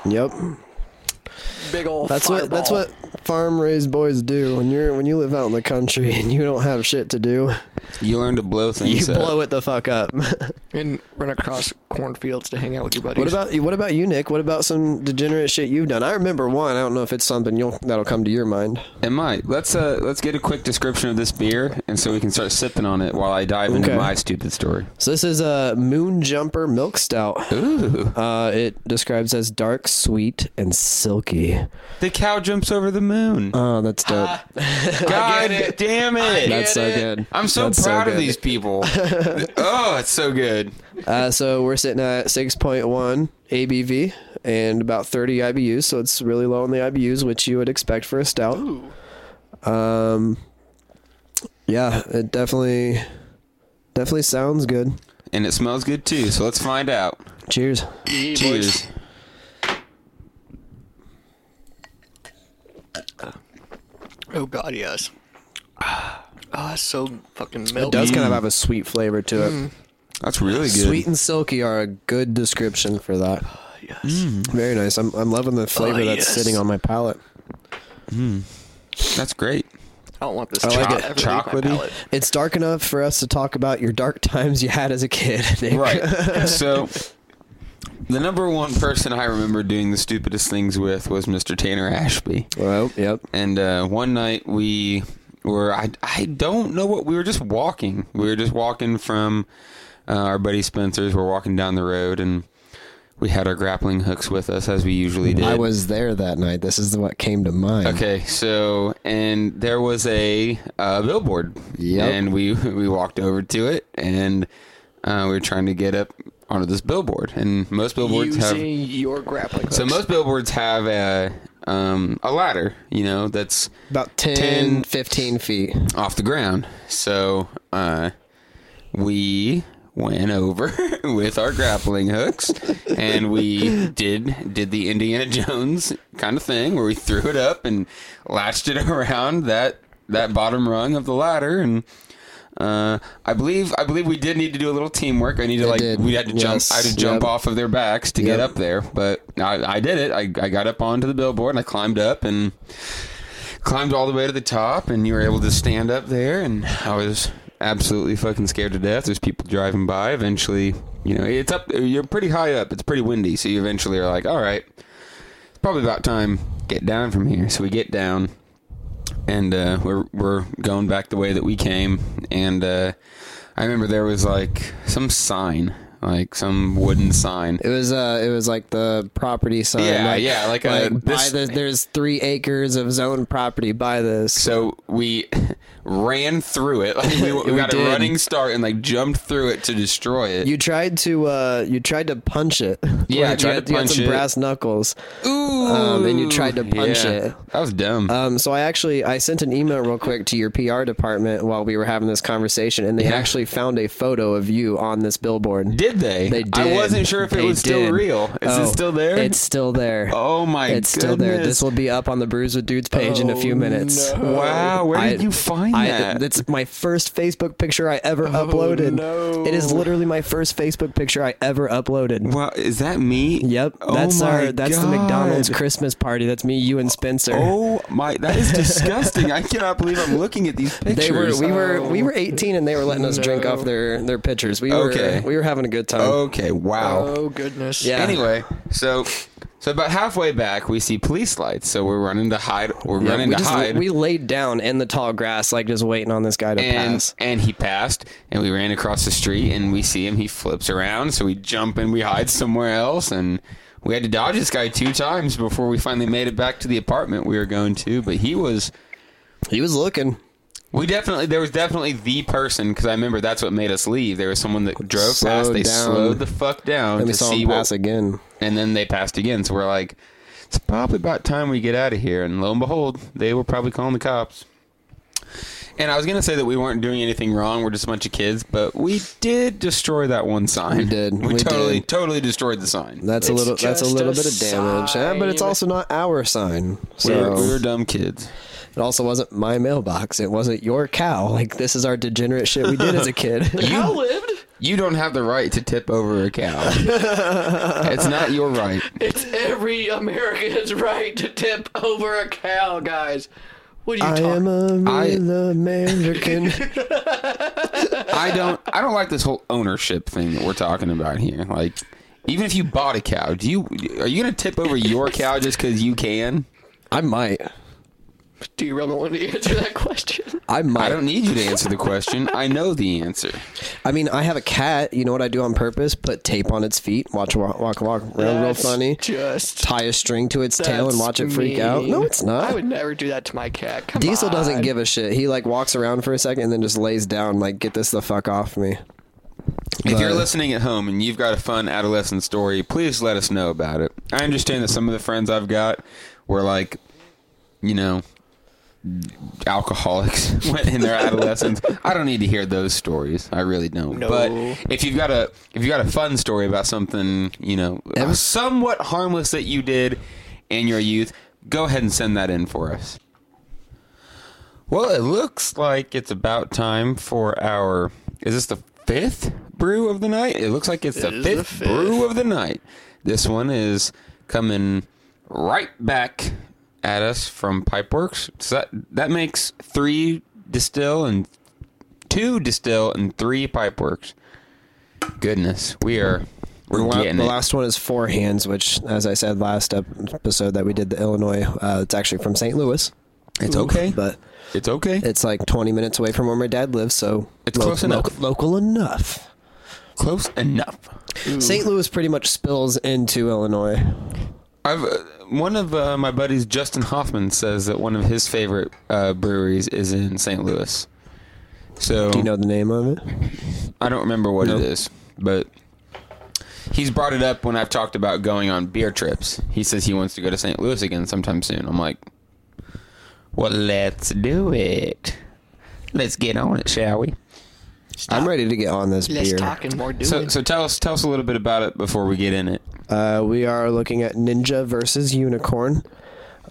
Yep.
big old
That's what that's
fireball.
what farm raised boys do when you're when you live out in the country and you don't have shit to do.
You learn to blow
You
things up.
blow it the fuck up. [LAUGHS]
And run across cornfields to hang out with your buddies.
what about what about you, Nick? What about some degenerate shit you've done? I remember one. I don't know if it's something you'll that'll come to your mind.
And Mike, let's uh let's get a quick description of this beer, and so we can start sipping on it while I dive into
Okay.
my stupid story.
So this is a Moon Jumper Milk Stout.
Ooh,
Uh, it describes as dark, sweet, and silky.
the cow jumps over the moon.
Oh, that's dope.
God damn Ah, it!
that's so good.
I'm so
That's
proud of
good.
these
[LAUGHS]
people. oh, it's so good.
Uh, so we're sitting at 6.1 ABV and about 30 IBUs, so it's really low on the IBUs, which you would expect for a stout. Um, yeah, it definitely, definitely sounds good.
And it smells good too. So let's find out.
Cheers.
Cheers.
Oh God, yes.
[SIGHS] Oh,
Ah, it's so fucking
It
milky.
does kind of have a sweet flavor to it.
Mm. That's really good.
Sweet and silky are a good description for that.
Yes.
Mm.
Very nice. I'm, I'm loving the flavor
Ah,
Oh,
that's
yes.
sitting on my palate.
That's great.
I don't want this.
like
to
it.
ever leave my
Chocolatey?
palate.
It's dark enough for us to talk about your dark [LAUGHS] times you had as a kid. [LAUGHS] Nick.
Right. so the number one person I remember doing the stupidest things with was Mr. Tanner Ashby.
Well, yep.
And uh, one night we were I I don't know what we were just walking. We were just walking from uh, our buddy Spencer's. We're walking down the road and we had our grappling hooks with us as we usually did.
I was there that night. This is what came to mind.
Okay, so and there was a uh, billboard,
Yep.
and we [LAUGHS] we walked over to it, and uh, we were trying to get up onto this billboard, and most billboards have
Using your grappling.
so
hooks.
most billboards have a um, a ladder, you know, that's
About 10,
10,
15 feet.
off the ground. So uh, we went over [LAUGHS] with our grappling hooks, and we did did the Indiana Jones kind of thing where we threw it up and latched it [LAUGHS] around that that bottom rung of the ladder and. Uh, I believe I believe we did need to do a little teamwork. I need to like
did.
we had to jump.
Yes.
I had to jump
Yep.
off of their backs to
Yep.
get up there, but I, I did it. I, I got up onto the billboard and I climbed up and climbed all the way to the top and you were able to stand up there and I was absolutely fucking scared to death. There's people driving by. Eventually, you know, it's up you're pretty high up. It's pretty windy, so you eventually are like, "All right. It's probably about time get down from here." So we get down and uh we're we're going back the way that we came and uh I remember there was like some sign, like some wooden sign.
It was uh, it was like the property sign.
Yeah,
like,
yeah, like, uh,
like
this-
buy the, there's three acres of zoned property. Buy this.
So we [LAUGHS] ran through it. [LAUGHS] Like we, we,
[LAUGHS] We
got
did.
a running start and like jumped through it to destroy it.
you tried to uh, you tried to punch it.
Yeah, I
Like,
tried to
you had, you had
punch
some
it.
brass knuckles.
Ooh,
Um, and you tried to punch it.
That was dumb.
Um, so I actually I sent an email real quick to your PR department while we were having this conversation, and they
Yeah.
actually found a photo of you on this billboard.
did they?
They
I
did.
wasn't sure if it
They
was still
did.
real. Is
Oh,
it still there?
It's still there.
oh my
it's still there.
goodness. Oh,
This will be up on the Brews with Dudes page in a few minutes.
Wow, where did
I-
you find
I,
that? Oh,
That's my first Facebook picture I ever uploaded.
no.
It is literally my first Facebook picture I ever uploaded.
wow, is that me?
Yep,
Oh
that's
my
our that's the McDonald's
God.
Christmas party. That's me, you, and Spencer.
Oh my, that is disgusting. I cannot believe I'm looking at these pictures. Oh.
They were we were we were 18 and they were letting us drink off their their pitchers. We were
Okay.
we were having a good time.
okay, wow.
Oh goodness.
Yeah.
Anyway, so so about halfway back, we see police lights. So we're running to hide. We're
Yeah,
running
we
to
just
hide.
we laid down in the tall grass like just waiting on this guy to
and
pass.
and he passed, and we ran across the street, and we see him. He flips around, so we jump and we hide somewhere else, and we had to dodge this guy two times before we finally made it back to the apartment we were going to. But he was.
He was looking.
We definitely there was definitely the person because I remember that's what made us leave. There was someone that drove
Slowed
past. They
down.
slowed the fuck down to
And we saw
see
him pass
what
again.
and then they passed again. So we're like, it's probably about time we get out of here. And lo and behold, they were probably calling the cops. And I was gonna say that we weren't doing anything wrong. We're just a bunch of kids, but we did destroy that one sign.
We did.
[LAUGHS] We,
We
totally,
did.
totally destroyed the sign.
That's a
It's
little. That's a
just
little
a
bit of damage, Yeah, but it's
sign.
also not our sign.
we,
So
were, we were dumb kids.
it also wasn't my mailbox. It wasn't your cow. Like this is our degenerate shit we did as a kid.
Cow lived.
[LAUGHS] You don't have the right to tip over a
[LAUGHS]
cow. it's not your right.
It's every American's right to tip over a cow, guys. What are you
I
talking?
am a
I-
real American.
I don't. I don't like this whole ownership thing that we're talking about here. Like, even if you bought a cow, do you are you gonna tip over your cow just because you can?
[LAUGHS] I might.
Do you really want to answer that
[LAUGHS]
question?
I might.
I don't need you to answer the question. I know the answer.
I mean, I have a cat. You know what I do on purpose? Put tape on its feet. Watch walk walk walk around real
That's
funny.
Just
Tie a string to its tail and
that's
watch it freak
mean.
out. No, it's not.
I would never do that to my cat. Come
Diesel
on.
doesn't give a shit. He like walks around for a second and then just lays down. Like, get this the fuck off me.
If you're
But-
listening at home and you've got a fun adolescent story, please let us know about it. I understand that some of the friends I've got were like, you know, alcoholics [LAUGHS] in their adolescence. I don't need to hear those stories. I really don't.
No.
But if you've got a if you got a fun story about something, you know,
Ever-
somewhat harmless that you did in your youth, go ahead and send that in for us. Well, it looks like it's about time for our. Is this the fifth brew of the night? It looks like it's the
is
fifth,
the fifth.
brew of the night. This one is coming right back at us from Pipeworks. So that that makes three distill and two distill and three Pipeworks. Goodness, we are we're
The, la-
getting
the
it.
last one is Four Hands, which, as I said last ep- episode that we did the Illinois, uh, it's actually from St. Louis,
it's okay,
but
it's okay.
it's like 20 minutes away from where my dad lives, so
It's close enough.
local enough.
close enough.
St. Louis pretty much spills into Illinois.
I've uh, one of uh, my buddies, Justin Hoffman, says that one of his favorite uh, breweries is in St. Louis. So Oh.
Do you know the name of it?
I don't remember what it is, but he's brought it up when I've talked about going on beer trips. He says he wants to go to St. Louis again sometime soon. I'm like, well, let's do it. Let's get on it, shall we?
I'm ready to get on this
Less
beer.
talking, more doing.
So, so tell us tell us a little bit about it before we get in it.
Uh, we are looking at Ninja versus Unicorn.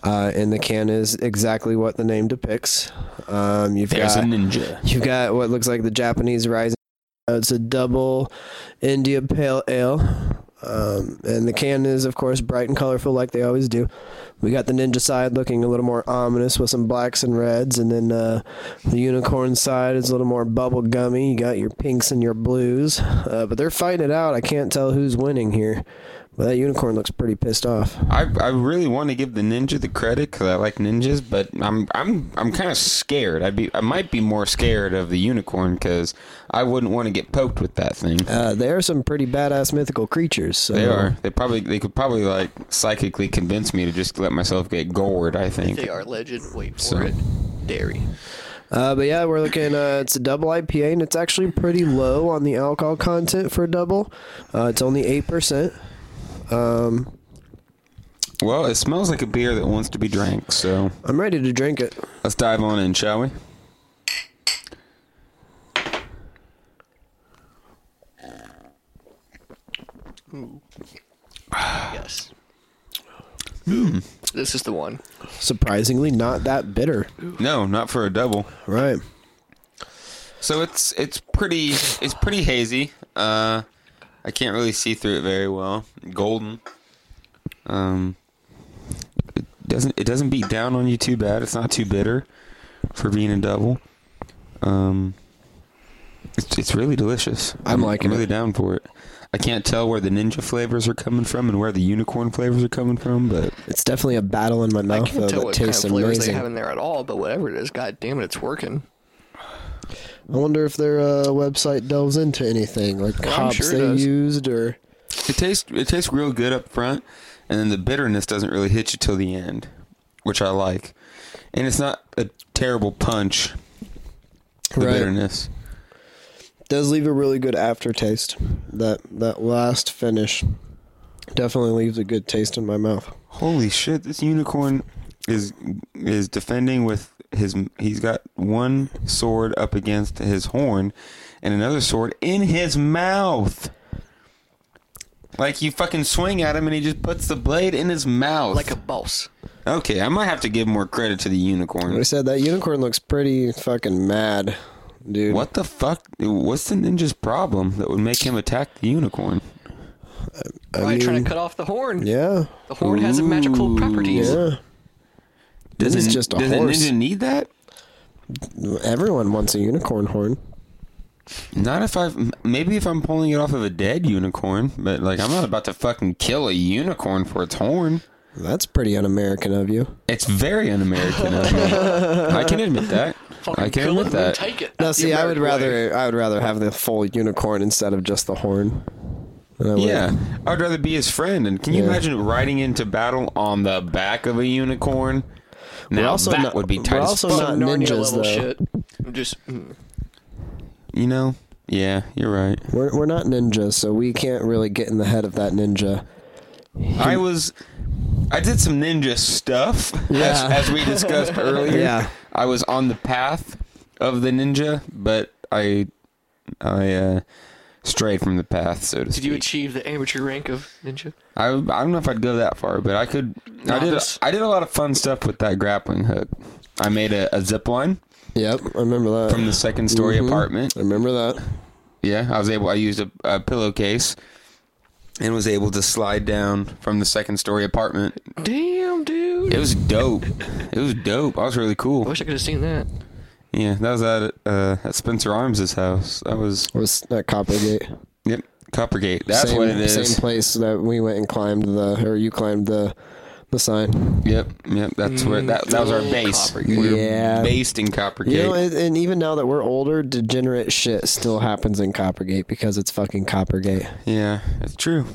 Uh, and the can is exactly what the name depicts. Um, you've
There's
got
a ninja.
You've got what looks like the Japanese rising. Uh, It's a double India Pale Ale. Um, and the can is, of course, bright and colorful like they always do. We got the ninja side looking a little more ominous with some blacks and reds. And then uh, the unicorn side is a little more bubble gummy. You got your pinks and your blues. Uh, but they're fighting it out. I can't tell who's winning here. But that unicorn looks pretty pissed off.
I, I really want to give the ninja the credit because I like ninjas, but I'm I'm I'm kind of scared. I'd be I might be more scared of the unicorn because I wouldn't want to get poked with that thing.
Uh, they are some pretty badass mythical creatures. So.
They are. They probably they could probably like psychically convince me to just let myself get gored. I think.
they are legend. Wait for
So-
it. Dairy.
Uh, but yeah, we're looking. Uh, it's a double IPA, and it's actually pretty low on the alcohol content for a double. Uh, it's only eight percent. Um,
Well, it smells like a beer that wants to be drank. So
I'm ready to drink it.
let's dive on in, shall we?
Yes.
Hmm.
This is the one.
Surprisingly, not that bitter.
No, not for a double.
Right.
So it's it's pretty it's pretty hazy. Uh, I can't really see through it very well. Golden. Um, it doesn't it doesn't beat down on you too bad. It's not too bitter for being a double. Um, it's it's really delicious.
I'm liking
really
it.
down for it. I can't tell where the ninja flavors are coming from and where the unicorn flavors are coming from, but
It's definitely a battle in my
I
mouth,
can't
though.
tell
That
what kind of
tastes
flavors they have
amazing.
in there at all, but whatever it is, god damn it, it's working.
I wonder if their uh, website delves into anything like hops
sure it
they
does.
used or.
It tastes it tastes real good up front, and then the bitterness doesn't really hit you till the end, which I like. And it's not a terrible punch. The
Right.
bitterness.
does leave a really good aftertaste. That that last finish definitely leaves a good taste in my mouth.
Holy shit! This unicorn is is defending with his he's got one sword up against his horn and another sword in his mouth. Like you fucking swing at him and he just puts the blade in his mouth.
like a boss.
okay, I might have to give more credit to the unicorn.
I said that unicorn looks pretty fucking mad, dude.
What the fuck? What's the ninja's problem that would make him attack the unicorn?
I
Why trying
mean,
to cut off the horn?
Yeah,
The horn has a magical
Ooh.
properties.
yeah.
Does
This
a-
is just a
does
horse.
ninja need that?
Everyone wants a unicorn horn.
Not if I. m- Maybe if I'm pulling it off of a dead unicorn, but like I'm not about to fucking kill a unicorn for its horn.
That's pretty un-American of you.
It's very un-American. of
[LAUGHS]
me. I can admit that.
Fucking
I can
kill
admit
it and
that.
Take it.
Now,
That's the
see, I would
American way.
rather I would rather have the full unicorn instead of just the horn. And I would-
Yeah, I'd rather be his friend. And can you
Yeah.
imagine riding into battle on the back of a unicorn? Now
also
that
not-
would be
we're
tight. as
also
fuck.
Some
not
Narnia
ninjas,
level
though.
shit. I'm Just mm.
you know. Yeah, you're right.
We're we're not ninjas, so we can't really get in the head of that ninja.
I was. I did some ninja stuff,
Yeah.
as, as we discussed earlier.
Yeah.
I was on the path of the ninja, but I, I uh, strayed from the path, so to
did
speak.
you achieve the amateur rank of ninja?
I, I don't know if I'd go that far, but I could. I did. A,
Novice.
I did a lot of fun stuff with that grappling hook. I made a, a zip line
Yep, I remember that.
from the second story
Mhm.
apartment.
I remember that.
Yeah, I was able. I used a, a pillowcase and was able to slide down from the second story apartment.
Damn, dude.
It was dope. It was dope. I was really cool.
I wish I could have seen that.
Yeah, that was at uh, at Spencer Arms' house. That was
It was at Coppergate.
yep, Coppergate. That's
same,
what it is.
Same place that we went and climbed the, or you climbed the, the sign.
Yep, yep. That's where that that was our
Mm,
base.
Coppergate.
We were
Yeah.
based in Coppergate.
You know, and, and even now that we're older, degenerate shit still happens in Coppergate because it's fucking Coppergate.
yeah, it's true.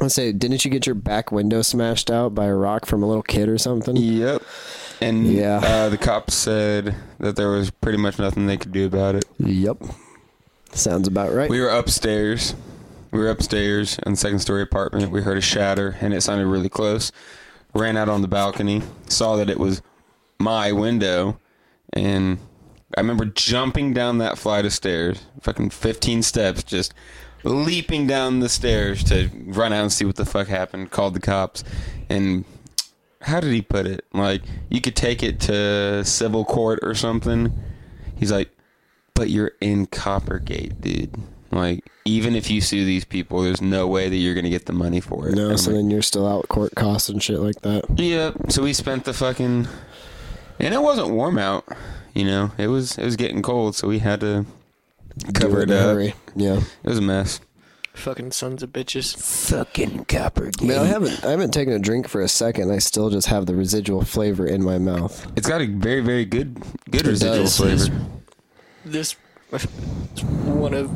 I say, didn't you get your back window smashed out by a rock from a little kid or something?
Yep. And
Yeah.
uh, the cops said that there was pretty much nothing they could do about it.
Yep. Sounds about right.
We were upstairs. We were upstairs in the second story apartment. We heard a shatter and it sounded really close. Ran out on the balcony, saw that it was my window, and I remember jumping down that flight of stairs, fucking 15 steps, just leaping down the stairs to run out and see what the fuck happened. Called the cops, and how did he put it? Like, you could take it to civil court or something. He's like, but you're in Coppergate, dude. Like, even if you sue these people, there's no way that you're gonna get the money for it. And
no,
I'm
so
like,
then you're still out court costs and shit like that.
yeah. So we spent the fucking, and it wasn't warm out. You know, it was it was getting cold, so we had to
Do
cover
it
it
in a
up.
hurry. Yeah.
It was a mess.
Fucking sons of bitches.
Fucking Coppergate.
Man, I haven't I haven't taken a drink for a second. I still just have the residual flavor in my mouth.
It's got a very very good good residual
does.
flavor.
This is one of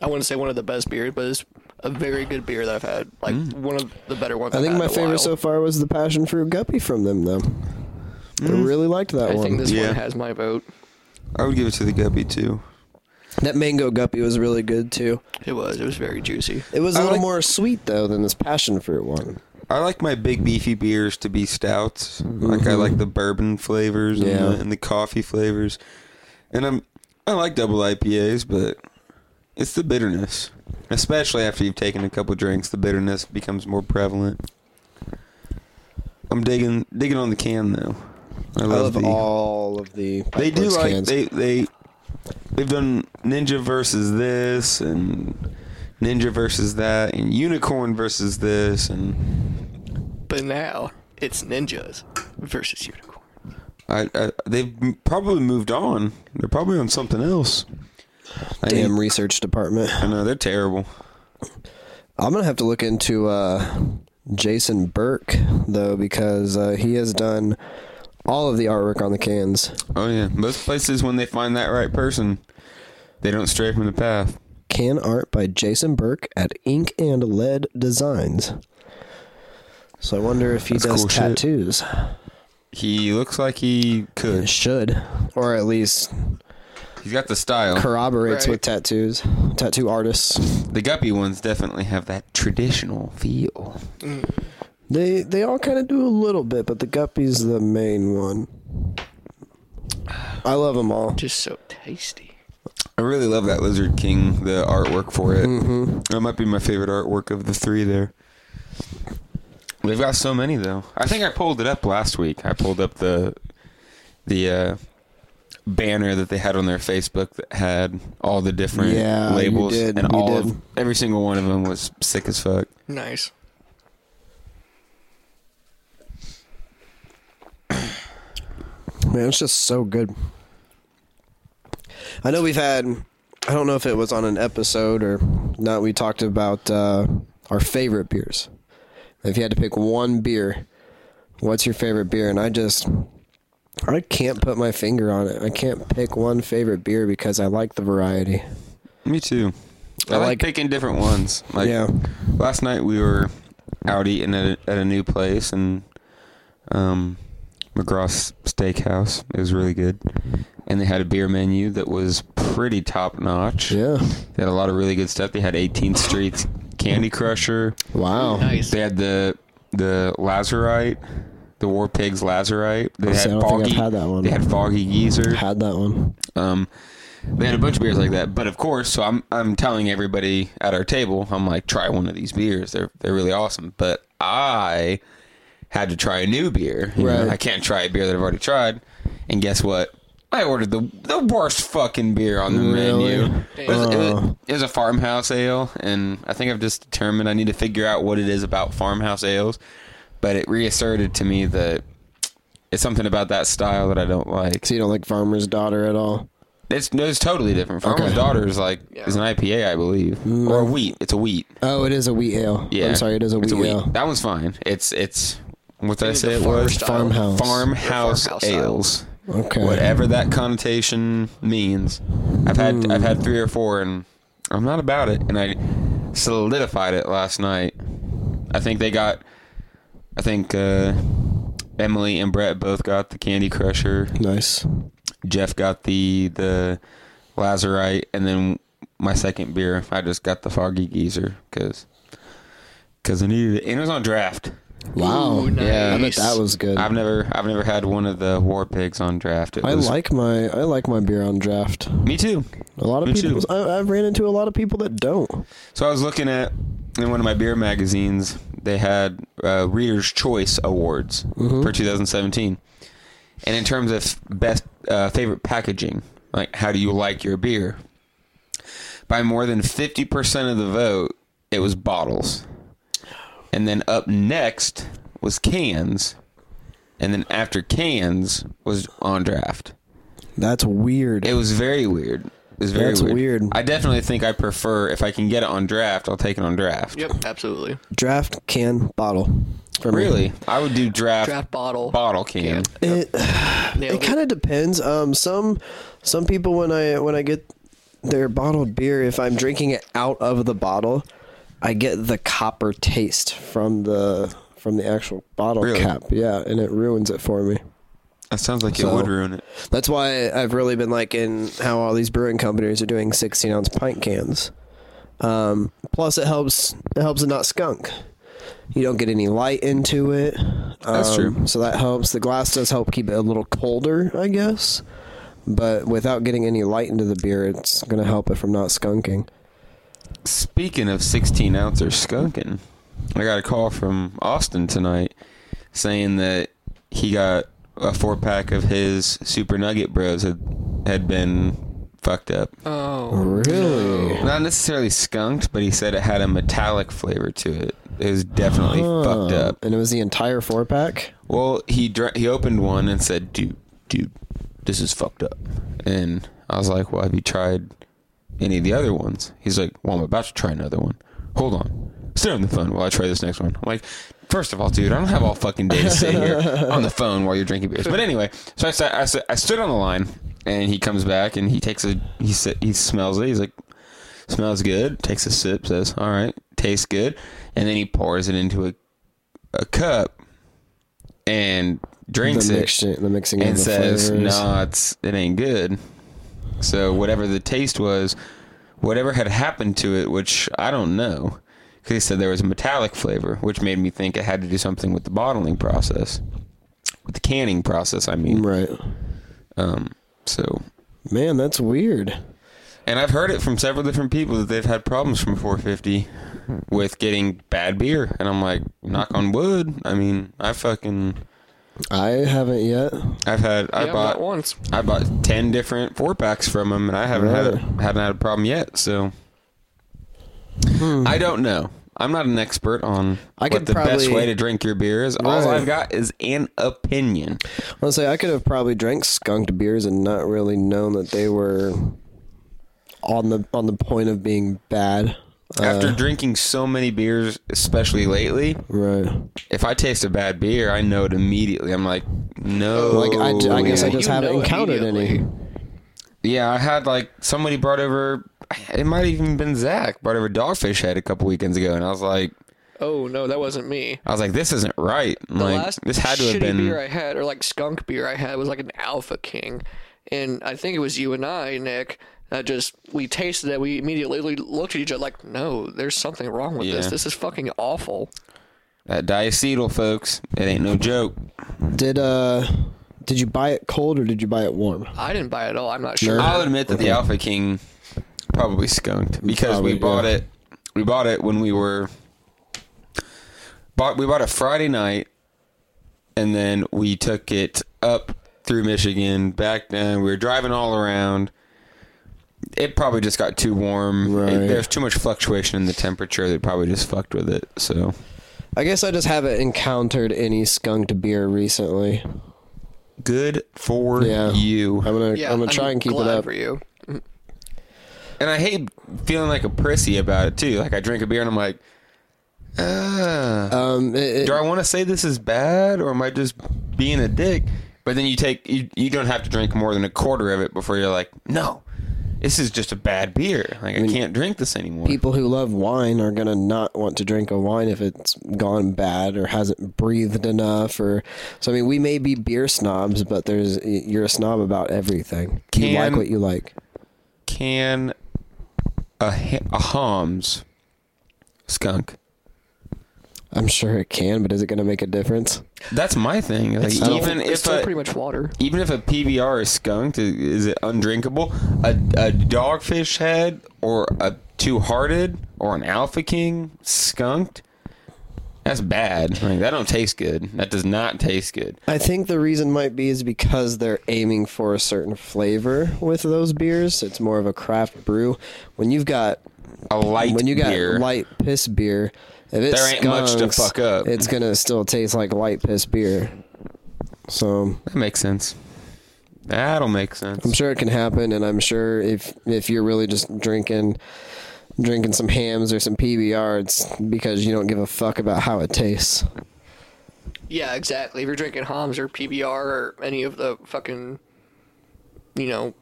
I wouldn't say one of the best beers, but it's a very good beer that I've had. Like
Mm.
one of the better ones.
I
I've
think
had
my
in a
favorite
while.
so far was the passion fruit guppy from them though. I really liked that
Mm. I
one.
think this
Yeah.
one has my vote.
I would give it to the guppy too.
that mango guppy was really good too.
It was. It was very juicy.
It was a
I
little
like-
more sweet though than this passion fruit one.
I like my big beefy beers to be stouts. Like I like the bourbon flavors and,
Mm-hmm. Yeah.
the, and the coffee flavors, and I'm I like double IPAs, but it's the bitterness, especially after you've taken a couple drinks. The bitterness becomes more prevalent. I'm digging digging on the can though. I
I
love,
love
the.
all of the
they do
backwards
like
cans.
they they they've done Ninja versus this and Ninja versus that and Unicorn versus this and.
But now it's ninjas versus unicorn.
I, I they've m- probably moved on. They're probably on something else. I
damn
hate-
research department.
I know they're terrible.
I'm gonna have to look into uh, Jason Burke though because uh, he has done all of the artwork on the cans.
Oh yeah, most places when they find that right person, they don't stray from the path.
Can art by Jason Burke at Ink and Lead Designs. So I wonder if he
That's
does
cool shit.
tattoos.
He looks like he could.
Should, or at least
He's got the style.
corroborates
Right.
with tattoos. Tattoo artists.
The guppy ones definitely have that traditional feel.
They they all kind of do a little bit, but the guppy's the main one. I love them all.
Just so tasty.
I really love that Lizard King, the artwork for it.
Mm-hmm.
That might be my favorite artwork of the three there. They've got so many though. I think I pulled it up last week. I pulled up the the uh, banner that they had on their Facebook that had all the different
Yeah, you
labels
did.
and
You
all
did.
of every single one of them was sick as fuck.
Nice.
Man, it's just so good. I know we've had, I don't know if it was on an episode or not, we talked about uh, our favorite beers. If you had to pick one beer, what's your favorite beer? And I just, I can't put my finger on it. I can't pick one favorite beer because I like the variety.
Me too. I,
I
like,
like-
picking different ones. Like
Yeah.
last night we were out eating at a, at a new place and um, McGraw's Steakhouse. It was really good, and they had a beer menu that was pretty top notch.
Yeah.
They had a lot of really good stuff. They had 18th Street Candy Crusher.
Wow.
Nice.
They had the the Lazarite, the War Pigs Lazarite. They
See,
had
I don't
Foggy.
think I've had that one.
They had Foggy Geezer.
Had that one.
Um, they had a bunch of beers like that, but of course, so I'm I'm telling everybody at our table, I'm like, try one of these beers. They're they're really awesome. But I had to try a new beer. You know,
Right.
I can't try a beer that I've already tried. And guess what? I ordered the the worst fucking beer on the menu. It was, it, was, it was a farmhouse ale, and I think I've just determined I need to figure out what it is about farmhouse ales. But it reasserted to me that it's something about that style that I don't like.
So you don't like Farmer's Daughter at all?
It's no, it's totally different. Farmer's Daughter is like is an IPA, I believe, or a wheat. It's a wheat.
Oh, it is a wheat ale.
Yeah,
I'm Mm. sorry, it is a
It's
wheat, ale.
That one's fine. It's it's what did I say it
farm
was
style.
Farmhouse.
farmhouse,
Farmhouse style.
ales,
Okay.
whatever that connotation means. I've had I've
Mm.
had three or four, and I'm not about it. And I solidified it last night. I think they got. I think uh, Emily and Brett both got the Candy Crusher.
Nice.
Jeff got the the Lazarite, and then my second beer, I just got the Foggy Geezer because I needed it, and it was on draft.
Wow.
Ooh,
Yeah.
I bet
nice.
that was good.
I've never I've never had one of the War Pigs on draft. It
I
was,
like my I like my beer on draft.
me too.
A lot of
Me
people.
too.
I, I've ran into a lot of people that don't.
So I was looking at in one of my beer magazines, they had uh, Reader's Choice Awards
Mm-hmm.
for 2017, and in terms of best uh, favorite packaging, like how do you like your beer? By more than 50% of the vote, it was bottles, and then up next was cans, and then after cans was on draft.
That's weird.
It was very weird. It was very
That's weird.
I definitely think I prefer if I can get it on draft, I'll take it on draft.
Yep, absolutely.
draft can bottle. For me.
Really? [LAUGHS] I would do draft,
Draft bottle.
bottle can.
It
Nailed
it kind of depends. Um, some some people when I when I get their bottled beer, if I'm drinking it out of the bottle, I get the copper taste from the from the actual bottle
Really?
cap. Yeah, and it ruins it for me.
That sounds like
So-
it would ruin it.
That's why I've really been liking how all these brewing companies are doing 16 ounce pint cans. Um, plus, it helps. It helps it not skunk. You don't get any light into it.
That's
Um,
true.
So that helps. The glass does help keep it a little colder, I guess. But without getting any light into the beer, it's going to help it from not skunking.
Speaking of 16 ouncer skunking, I got a call from Austin tonight saying that he got a four pack of his Super Nugget Bros had, had been fucked up.
Oh,
Really?
Not necessarily skunked, but he said it had a metallic flavor to it. It was definitely fucked up.
And it was the entire four pack.
Well, he dr- he opened one and said, "Dude, dude, this is fucked up." And I was like, "Well, have you tried any of the other ones?" He's like, "Well, I'm about to try another one. Hold on, sit on the phone while I try this next one." I'm like, first of all, dude, I don't have all fucking day to sit here on the phone while you're drinking beers." But anyway, so I sat, I, sat, I stood on the line, and he comes back and he takes a he sa- he smells it. He's like, "Smells good." Takes a sip, says, "All right, tastes good," and then he pours it into a a cup and drinks
the,
it
mixing, the mixing
and
of the
says,
flavors.
"Nah, it's it ain't good." So whatever the taste was, whatever had happened to it, which I don't know, 'Cause he said there was a metallic flavor, which made me think it had to do something with the bottling process, with the canning process. I mean,
Right.
um, so
Man, that's weird.
and I've heard it from several different people that they've had problems from 450 with getting bad beer. And I'm like, knock on wood. I mean, I fucking,
I haven't yet.
I've had, I
yeah, not
bought,
once.
I bought 10 different four packs from them and I haven't had, a,
Really?
haven't had a problem yet. So I don't know. I'm not an expert on
Hmm. I
what
could
the best
probably-
way to drink your beer is. All
Right.
I've got is an opinion.
I'll say I could have probably drank skunked beers and not really known that they were on the on the point of being bad. Uh.
After drinking so many beers, especially lately,
Right.
if I taste a bad beer, I know it immediately. I'm like, no.
Like I, I guess I
yeah.
just
You
haven't
know
encountered any.
immediately.
Yeah, I had like somebody brought over. It might have even been Zach brought over dogfish head a couple weekends ago, and I was like,
Oh no, that wasn't me.
I was like, this isn't right. I'm
The
like
last
this had to
shitty
have been.
beer I had, or like skunk beer I had, was like an Alpha King, and I think it was you and I, Nick. That just we tasted it. We immediately looked at each other like, "No, there's something wrong with this.
Yeah.
This is fucking awful."
that diacetyl, folks. It ain't no joke.
Did uh did you buy it cold or did you buy it warm?
I didn't buy it at all. I'm not
Er,
sure.
I'll admit that the Alpha King probably skunked because
Probably,
we bought
yeah.
it. We bought it when we were bought. We bought it Friday night, and then we took it up through Michigan, back down. We were driving all around. It probably just got too warm.
Right.
It- There's too much fluctuation in the temperature that probably just fucked with it. So
I guess I just haven't encountered any skunked beer recently.
good for
Yeah.
you.
I'm gonna
yeah,
I'm gonna try and keep it
glad
up.
for you.
And I hate feeling like a prissy about it too. Like I drink a beer and I'm like, ah.
Um, it,
do I
it,
want to say this is bad or am I just being a dick? But then you take you, you don't have to drink more than a quarter of it before you're like, no, this is just a bad beer. Like I, can't drink this anymore.
people who love wine are gonna not want to drink a wine if it's gone bad or hasn't breathed enough or. So I mean, we may be beer snobs, but there's you're a snob about everything. you like
Can-
what you like.
Can a, ha- a Hams skunk?
I'm sure it can, but is it gonna make a difference?
That's my thing. Like
still-
even
It's
if
still
a,
pretty much water.
even if a PBR is skunked, i- is it undrinkable? A, a dogfish head or a two hearted or an alpha king skunked? That's bad. Like, that don't taste good. That does not taste good.
I think the reason might be is because they're aiming for a certain flavor with those beers. It's more of a craft brew. When you've got
A light
when you got
beer.
light piss beer, if it
There ain't much to
skunks,
fuck up.
It's gonna still taste like light piss beer. So
That makes sense. That'll make sense.
I'm sure it can happen, and I'm sure if if you're really just drinking drinking some hams or some PBR, it's because you don't give a fuck about how it tastes.
Yeah, exactly. If you're drinking Homs or PBR or any of the fucking, you know,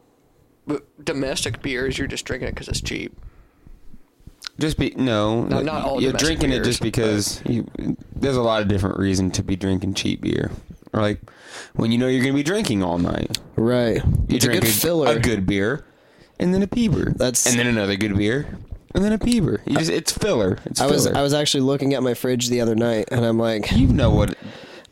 b- domestic beers, you're just drinking it because it's cheap.
Just be no.
No, not all
You're
domestic
drinking it
beers,
just because you, there's a lot of different reason to be drinking cheap beer. Like when you know you're gonna be drinking all night.
Right.
You
it's a
drink
good filler.
a good beer, and then a peeber.
That's-
and then another good beer, and then a peeber. You just it's filler. It's
I was
filler.
I was actually looking at my fridge the other night, and I'm like,
You know what?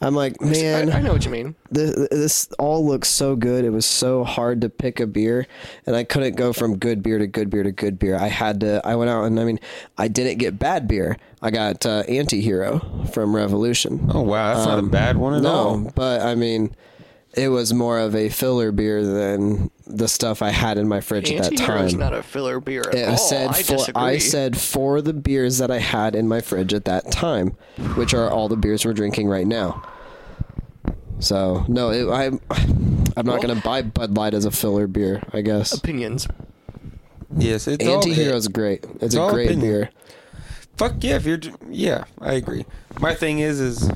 I'm like, man,
I, I know what you mean.
this, this all looks so good. It was so hard to pick a beer, and I couldn't go from good beer to good beer to good beer. I had to. I went out, and I mean, I didn't get bad beer. I got uh, Antihero from Revolution.
Oh wow, that's not a bad one at
Um, no,
all.
but I mean, it was more of a filler beer than the stuff I had in my fridge at that
Antihero
time.
is not a filler beer at
It
all.
said
I
for,
disagree.
I said for the beers that I had in my fridge at that time, which are all the beers we're drinking right now. So no, it, I I'm not gonna buy Bud Light as a filler beer. I guess
opinions.
Yes, it's all-
Antihero's great. It's, a
all
great
opinion.
beer.
Fuck yeah, if you're dr- yeah, I agree. My thing is is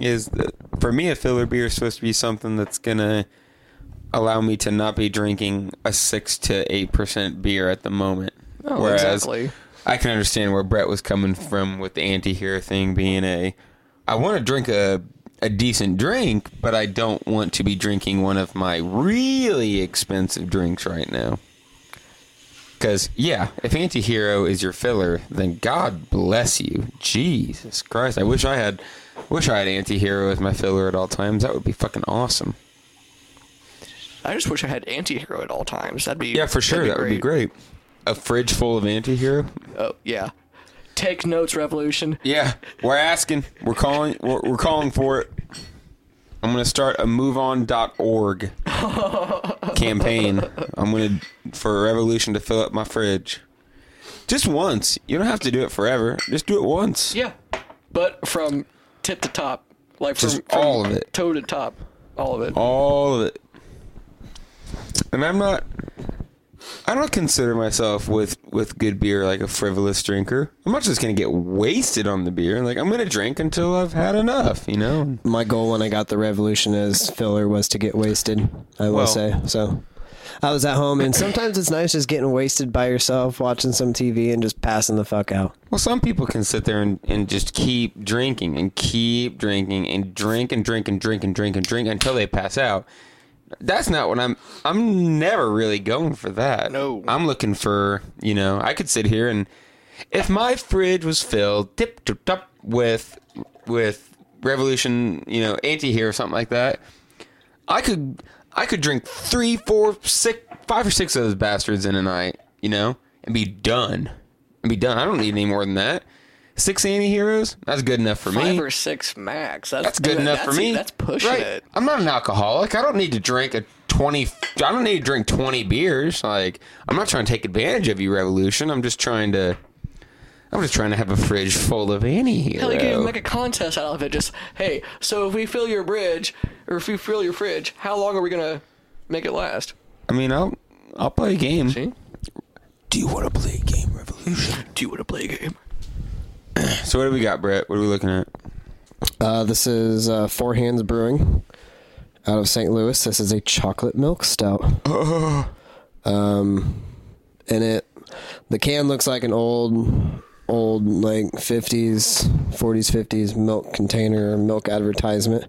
is that for me a filler beer is supposed to be something that's gonna allow me to not be drinking a six to eight percent beer at the moment.
Oh, exactly.
I can understand where Brett was coming from with the anti-hero thing being a I want to drink a a decent drink, but I don't want to be drinking one of my really expensive drinks right now. Because, yeah, if anti hero is your filler, then God bless you. Jesus Christ. I wish I had wish I had anti hero as my filler at all times. That would be fucking awesome.
I just wish I had anti-hero at all times. That'd be
Yeah, for sure.
that'd
That would be great. A fridge full of anti hero?
Oh yeah. Take notes, Revolution.
Yeah, we're asking. We're calling. We're, we're calling for it. I'm gonna start a [LAUGHS] MoveOn.org campaign. I'm gonna for a revolution to fill up my fridge. Just once. You don't have to do it forever. Just do it once.
Yeah, but from tip to top, like from,
Just
from
all of it.
toe to top, all of it.
All of it. And I'm not. I don't consider myself with with good beer like a frivolous drinker. I'm not just gonna get wasted on the beer. Like I'm gonna drink until I've had enough. You know.
My goal when I got the Revolution as filler was to get wasted. I will
Well-
say so. I was at home, and sometimes it's nice just getting wasted by yourself, watching some TV, and just passing the fuck out.
Well, some people can sit there and, and just keep drinking and keep drinking and drink and drink and drink and drink and drink until they pass out. That's not what I'm. I'm never really going for that.
No.
I'm looking for you know. I could sit here and if my fridge was filled tip to top with with revolution, you know, anti-hero or something like that, I could I could drink three, four, six, five or six of those bastards in a night, you know, and be done. And be done. I don't need any more than that. Six anti-heroes, that's good enough for
Five
me.
or six max. That's,
That's good
doing-
enough
that's- e,
for me.
That's pushing
Right.
it.
I'm not an alcoholic. I don't need to drink a 20 I don't need to drink 20 beers. Like I'm not trying to take advantage of you revolution. I'm just trying to I'm just trying to have a fridge full of anti-hero.
Hell, you can even make a contest out of it. Just hey, so if we fill your bridge, or if we fill your fridge, how long are we gonna make it last?
I mean, I'll I'll play a game.
See?
Do you want to play a game revolution?
Do you want to play a game?
So what do we got, Brett? What are we looking at?
Uh, this is uh, Four Hands Brewing out of St. Louis. This is a chocolate milk [GASPS] stout. Um, and it the can looks like an old, old like fifties, forties, fifties milk container or milk advertisement.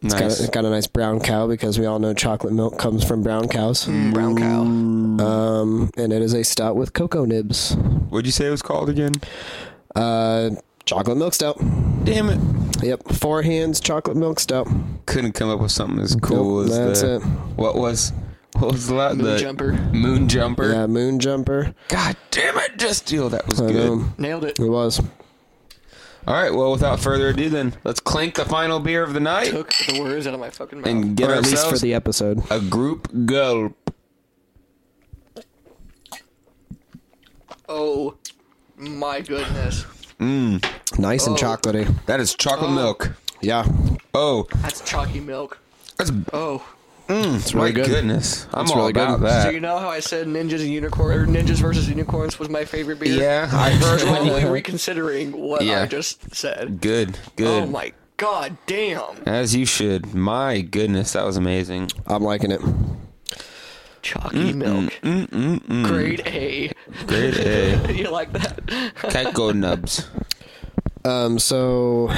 It's got, a, it's got a nice brown cow because we all know chocolate milk comes from brown cows.
Brown cow.
Um, and it is a stout with cocoa nibs.
What'd you say it was called again?
Uh, chocolate milk stout.
Damn it!
Yep, four hands chocolate milk stout.
Couldn't come up with something as cool
Nope,
as
that's
the
it.
what was what was that?
Moon
the
jumper.
Moon jumper.
Yeah, moon jumper.
God damn it, just deal. That was
I
good.
know.
Nailed it.
It was.
All right. Well, without further ado, then let's clink the final beer of the night
Took the words out of my fucking mouth.
and get
or at
ourselves
least for the episode.
a group gulp.
oh my goodness.
Nice and chocolatey.
That is chocolate milk.
Yeah.
Oh,
That's chalky milk.
that's
Oh.
It's
my
really good.
goodness! I'm
That's
all
really good.
about
So you
that.
know how I said ninjas and unicorn or ninjas versus unicorns was my favorite beer?
Yeah, I [LAUGHS] heard
I'm
when
really
you.
reconsidering what
Yeah.
I just said.
Good, good.
Oh my god damn.
As you should. My goodness, that was amazing.
I'm liking it.
Chalky milk. Grade A.
Great
[LAUGHS]
A.
[LAUGHS] you like that?
Catco nubs.
Um, so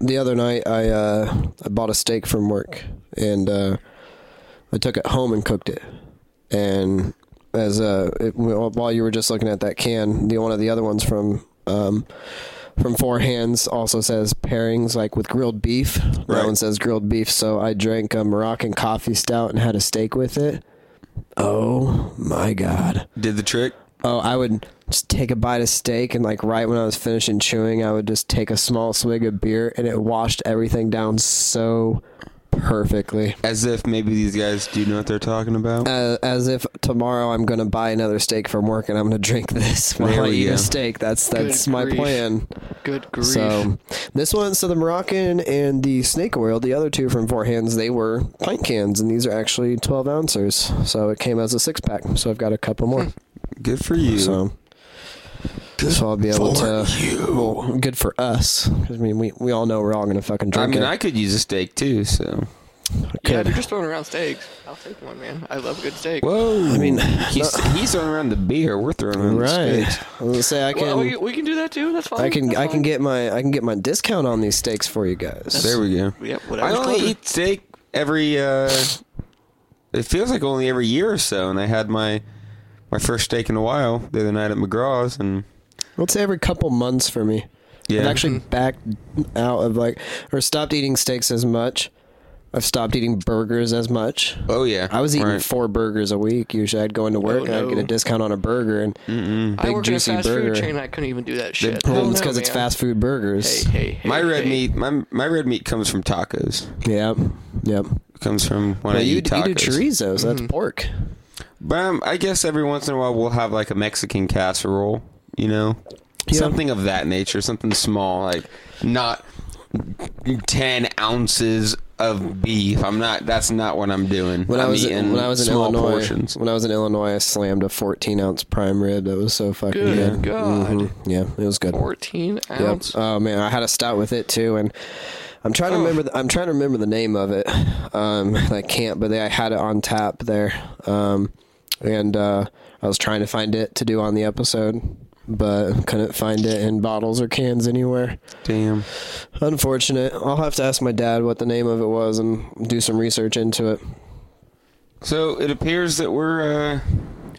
the other night I uh, I bought a steak from work and uh, I took it home and cooked it. And as uh, it, while you were just looking at that can, the one of the other ones from um, from Four Hands also says pairings like with grilled beef. That
Right.
one says grilled beef. So I drank a Moroccan coffee stout and had a steak with it. Oh my god.
Did the trick.
Oh, I would just take a bite of steak, and like right when I was finishing chewing, I would just take a small swig of beer, and it washed everything down so perfectly.
As if maybe these guys do know what they're talking about.
Uh, as if tomorrow I'm gonna buy another steak from work, and I'm gonna drink this while
There
I
we
eat
go.
a steak. That's that's my
grief.
plan.
Good grief.
So this one, so the Moroccan and the snake oil, the other two from Four Hands, they were pint cans, and these are actually 12 ounces. So it came as a six pack. So I've got a couple more.
Good for you.
So, so I'll be able to. Well, good for us. 'cause, I mean, we, we all know we're all gonna fucking
I
drink
mean,
it.
I could use a steak too. So
yeah,
Good.
if you're just throwing around steaks, I'll take one, man. I love a good steak.
whoa. I
mean,
he's he's throwing around the beer. We're [LAUGHS] throwing around the
right.
steak.
I was gonna say I
Well, we,
can.
we can do that too. That's fine.
I can
That's
I can
fine.
get my I can get my discount on these steaks for you guys.
There we go.
Yep,
I
whatever's
only
clever.
eat steak every. uh It feels like only every year or so, and I had my my first steak in a while the other night at McGraw's, and
Let's say every couple months for me.
yeah, Mm-hmm.
I've actually backed out of like, or stopped eating steaks as much. I've stopped eating burgers as much.
oh yeah,
I was eating
Right.
four burgers a week. Usually, I'd go into work
Oh,
and I'd get a
no.
discount on a burger, and
I
Big
worked
juicy
in a fast
burger.
food chain. I couldn't even do that shit.
well,
No,
it's because it's
man.
fast food burgers.
Hey, hey, hey,
my red
hey.
meat. My my red meat comes from tacos.
Yep, yep.
It comes from when I
But you, you
eat
do
tacos.
chorizos. That's
Mm-hmm.
pork.
But um, I guess every once in a while we'll have like a Mexican casserole, you know,
Yeah.
something of that nature, something small, like not ten ounces of beef. I'm not. That's not what I'm doing.
When i
I'm
was
eating
when I was in
small
Illinois,
portions.
when I was in Illinois, I slammed a 14 ounce prime rib. That was so fucking
Good
good.
God.
Mhm. Yeah, it was good.
14
Yep.
ounce.
Oh man, I had a stout with it too, and I'm trying to remember. The, I'm trying to remember the name of it. Um, [LAUGHS] and I can't, but they, I had it on tap there, um, and uh, I was trying to find it to do on the episode, but couldn't find it in bottles or cans anywhere.
Damn.
Unfortunate. I'll have to ask my dad what the name of it was and do some research into it.
So it appears that we're uh,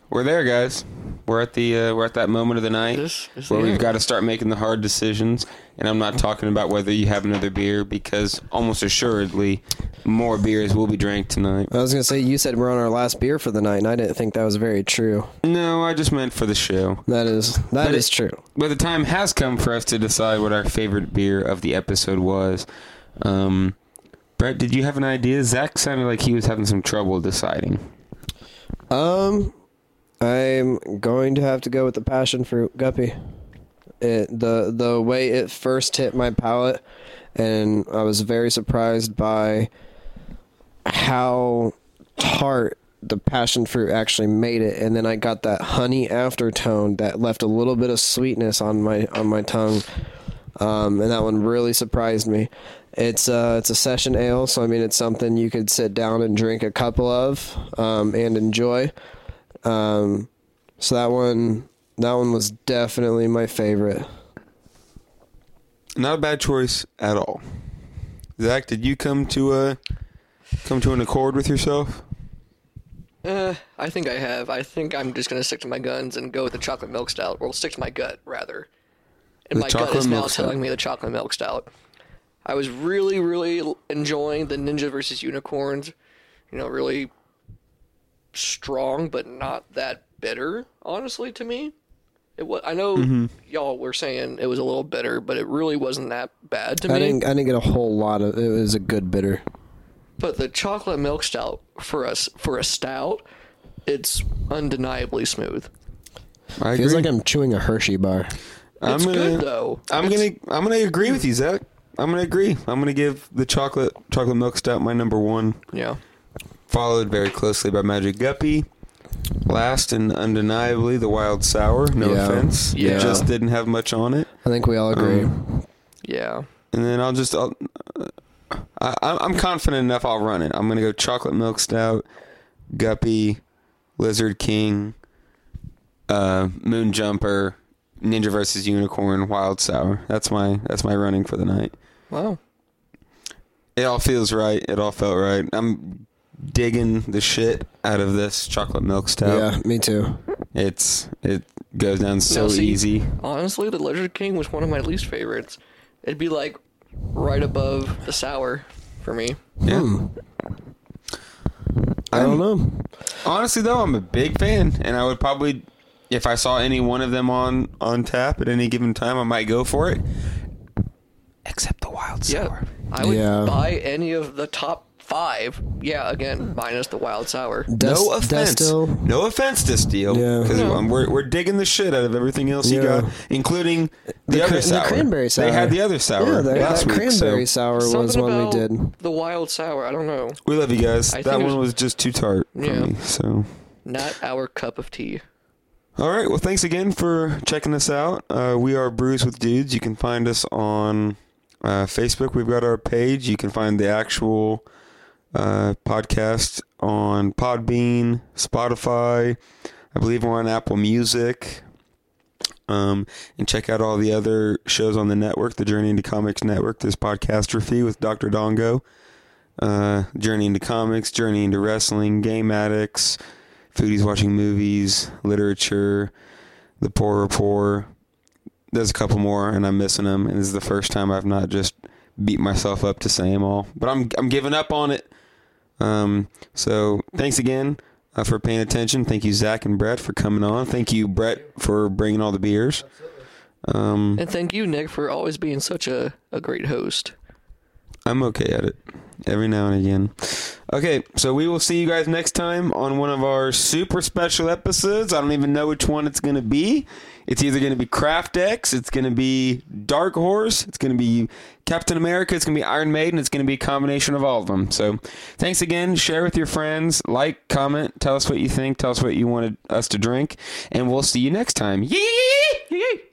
we're there, guys. We're at the uh, we're at that moment of the night
This is
where
the
we've
end.
got to start making the hard decisions. And I'm not talking about whether you have another beer because almost assuredly more beers will be drank tonight.
I was gonna say you said we're on our last beer for the night, and I didn't think that was very true.
No, I just meant for the show.
That is that
But
is
it-
true.
But the time has come for us to decide what our favorite beer of the episode was. Um, Brett, did you have an idea? Zach sounded like he was having some trouble deciding.
Um, I'm going to have to go with the passion fruit guppy. It the the way it first hit my palate, and I was very surprised by how tart the passion fruit actually made it, and then I got that honey aftertone that left a little bit of sweetness on my on my tongue. Um, and that one really surprised me. It's uh, it's a session ale, so I mean it's something you could sit down and drink a couple of um, and enjoy. Um, so that one that one was definitely my favorite.
Not a bad choice at all. Zach, did you come to uh come to an accord with yourself?
Uh, I think I have. I think I'm just gonna stick to my guns and go with the chocolate milk stout, or stick to my gut rather. And
The
my gut
chocolate
is now
milk stout.
telling me the chocolate milk stout. I was really, really l- enjoying the Ninja versus Unicorns. You know, really strong, but not that bitter. Honestly, to me, it was. I know
Mm-hmm.
y'all were saying it was a little bitter, but it really wasn't that bad to
I
me.
didn't I didn't get a whole lot of. It was a good bitter.
But the chocolate milk stout for us for a stout, it's undeniably smooth.
I
Feels like I'm chewing a Hershey bar.
I'm
It's
gonna,
good though.
I'm gonna I'm gonna agree with you, Zach. I'm gonna agree. I'm gonna give the chocolate chocolate milk stout my number one,
Yeah.
followed very closely by Magic Guppy. Last and undeniably the Wild Sour. No
Yeah.
offense,
Yeah.
it just didn't have much on it.
I think we
Mm.
all agree.
Yeah.
And then I'll just I'll, I, I'm I'm confident enough. I'll run it. I'm gonna go chocolate milk stout, guppy, lizard king, uh, moon jumper, ninja versus unicorn, wild sour. That's my that's my running for the night.
Wow.
It all feels right. It all felt right. I'm digging the shit out of this chocolate milk stout.
Yeah, me too.
It's it goes down so
Now, see,
easy.
Honestly, the Lizard King was one of my least favorites. It'd be like right above the sour for me.
Yeah.
hmm.
I don't know.
Honestly, though, I'm a big fan, and I would probably, if I saw any one of them on on tap at any given time, I might go for it. Except the wild
Yeah.
sour.
I would
Yeah.
buy any of the top five. Yeah, again, minus the wild sour.
Des-
no offense.
Destil.
No offense, Destil.
Yeah.
Because
No.
we're, we're digging the shit out of everything else you
Yeah.
got, including the,
cra-
other sour.
cranberry sour.
They had the other sour
Yeah, the,
last
that
week.
cranberry
so
sour was
Something
one we
about
did.
The wild sour. I don't know.
we love you guys.
I
that
think it
one
was-
was just too tart for
Yeah.
me. So.
Not our cup of tea.
All right. Well, thanks again for checking us out. Uh, we are Brews with Dudes. You can find us on uh, Facebook. We've got our page. You can find the actual uh, podcast on Podbean, Spotify. I believe we're on Apple Music. Um, and check out all the other shows on the network, the Journey into Comics Network. This podcastrophy with Dr. Dongo, uh, Journey into Comics, Journey into Wrestling, Game Addicts, foodies watching movies, literature, the poor are poor. There's a couple more, and I'm missing them. And this is the first time I've not just beat myself up to say them all. But I'm I'm giving up on it. Um, so thanks again uh, for paying attention. Thank you, Zach and Brett, for coming on. Thank you, Brett, for bringing all the beers. Um,
And thank you, Nick, for always being such a, a great host.
I'm okay at it every now and again. Okay, so we will see you guys next time on one of our super special episodes. I don't even know which one it's going to be. It's either going to be Craft X, it's going to be Dark Horse, it's going to be Captain America, it's going to be Iron Maiden, it's going to be a combination of all of them. So thanks again. Share with your friends, like, comment, tell us what you think, tell us what you wanted us to drink, and we'll see you next time. Yee!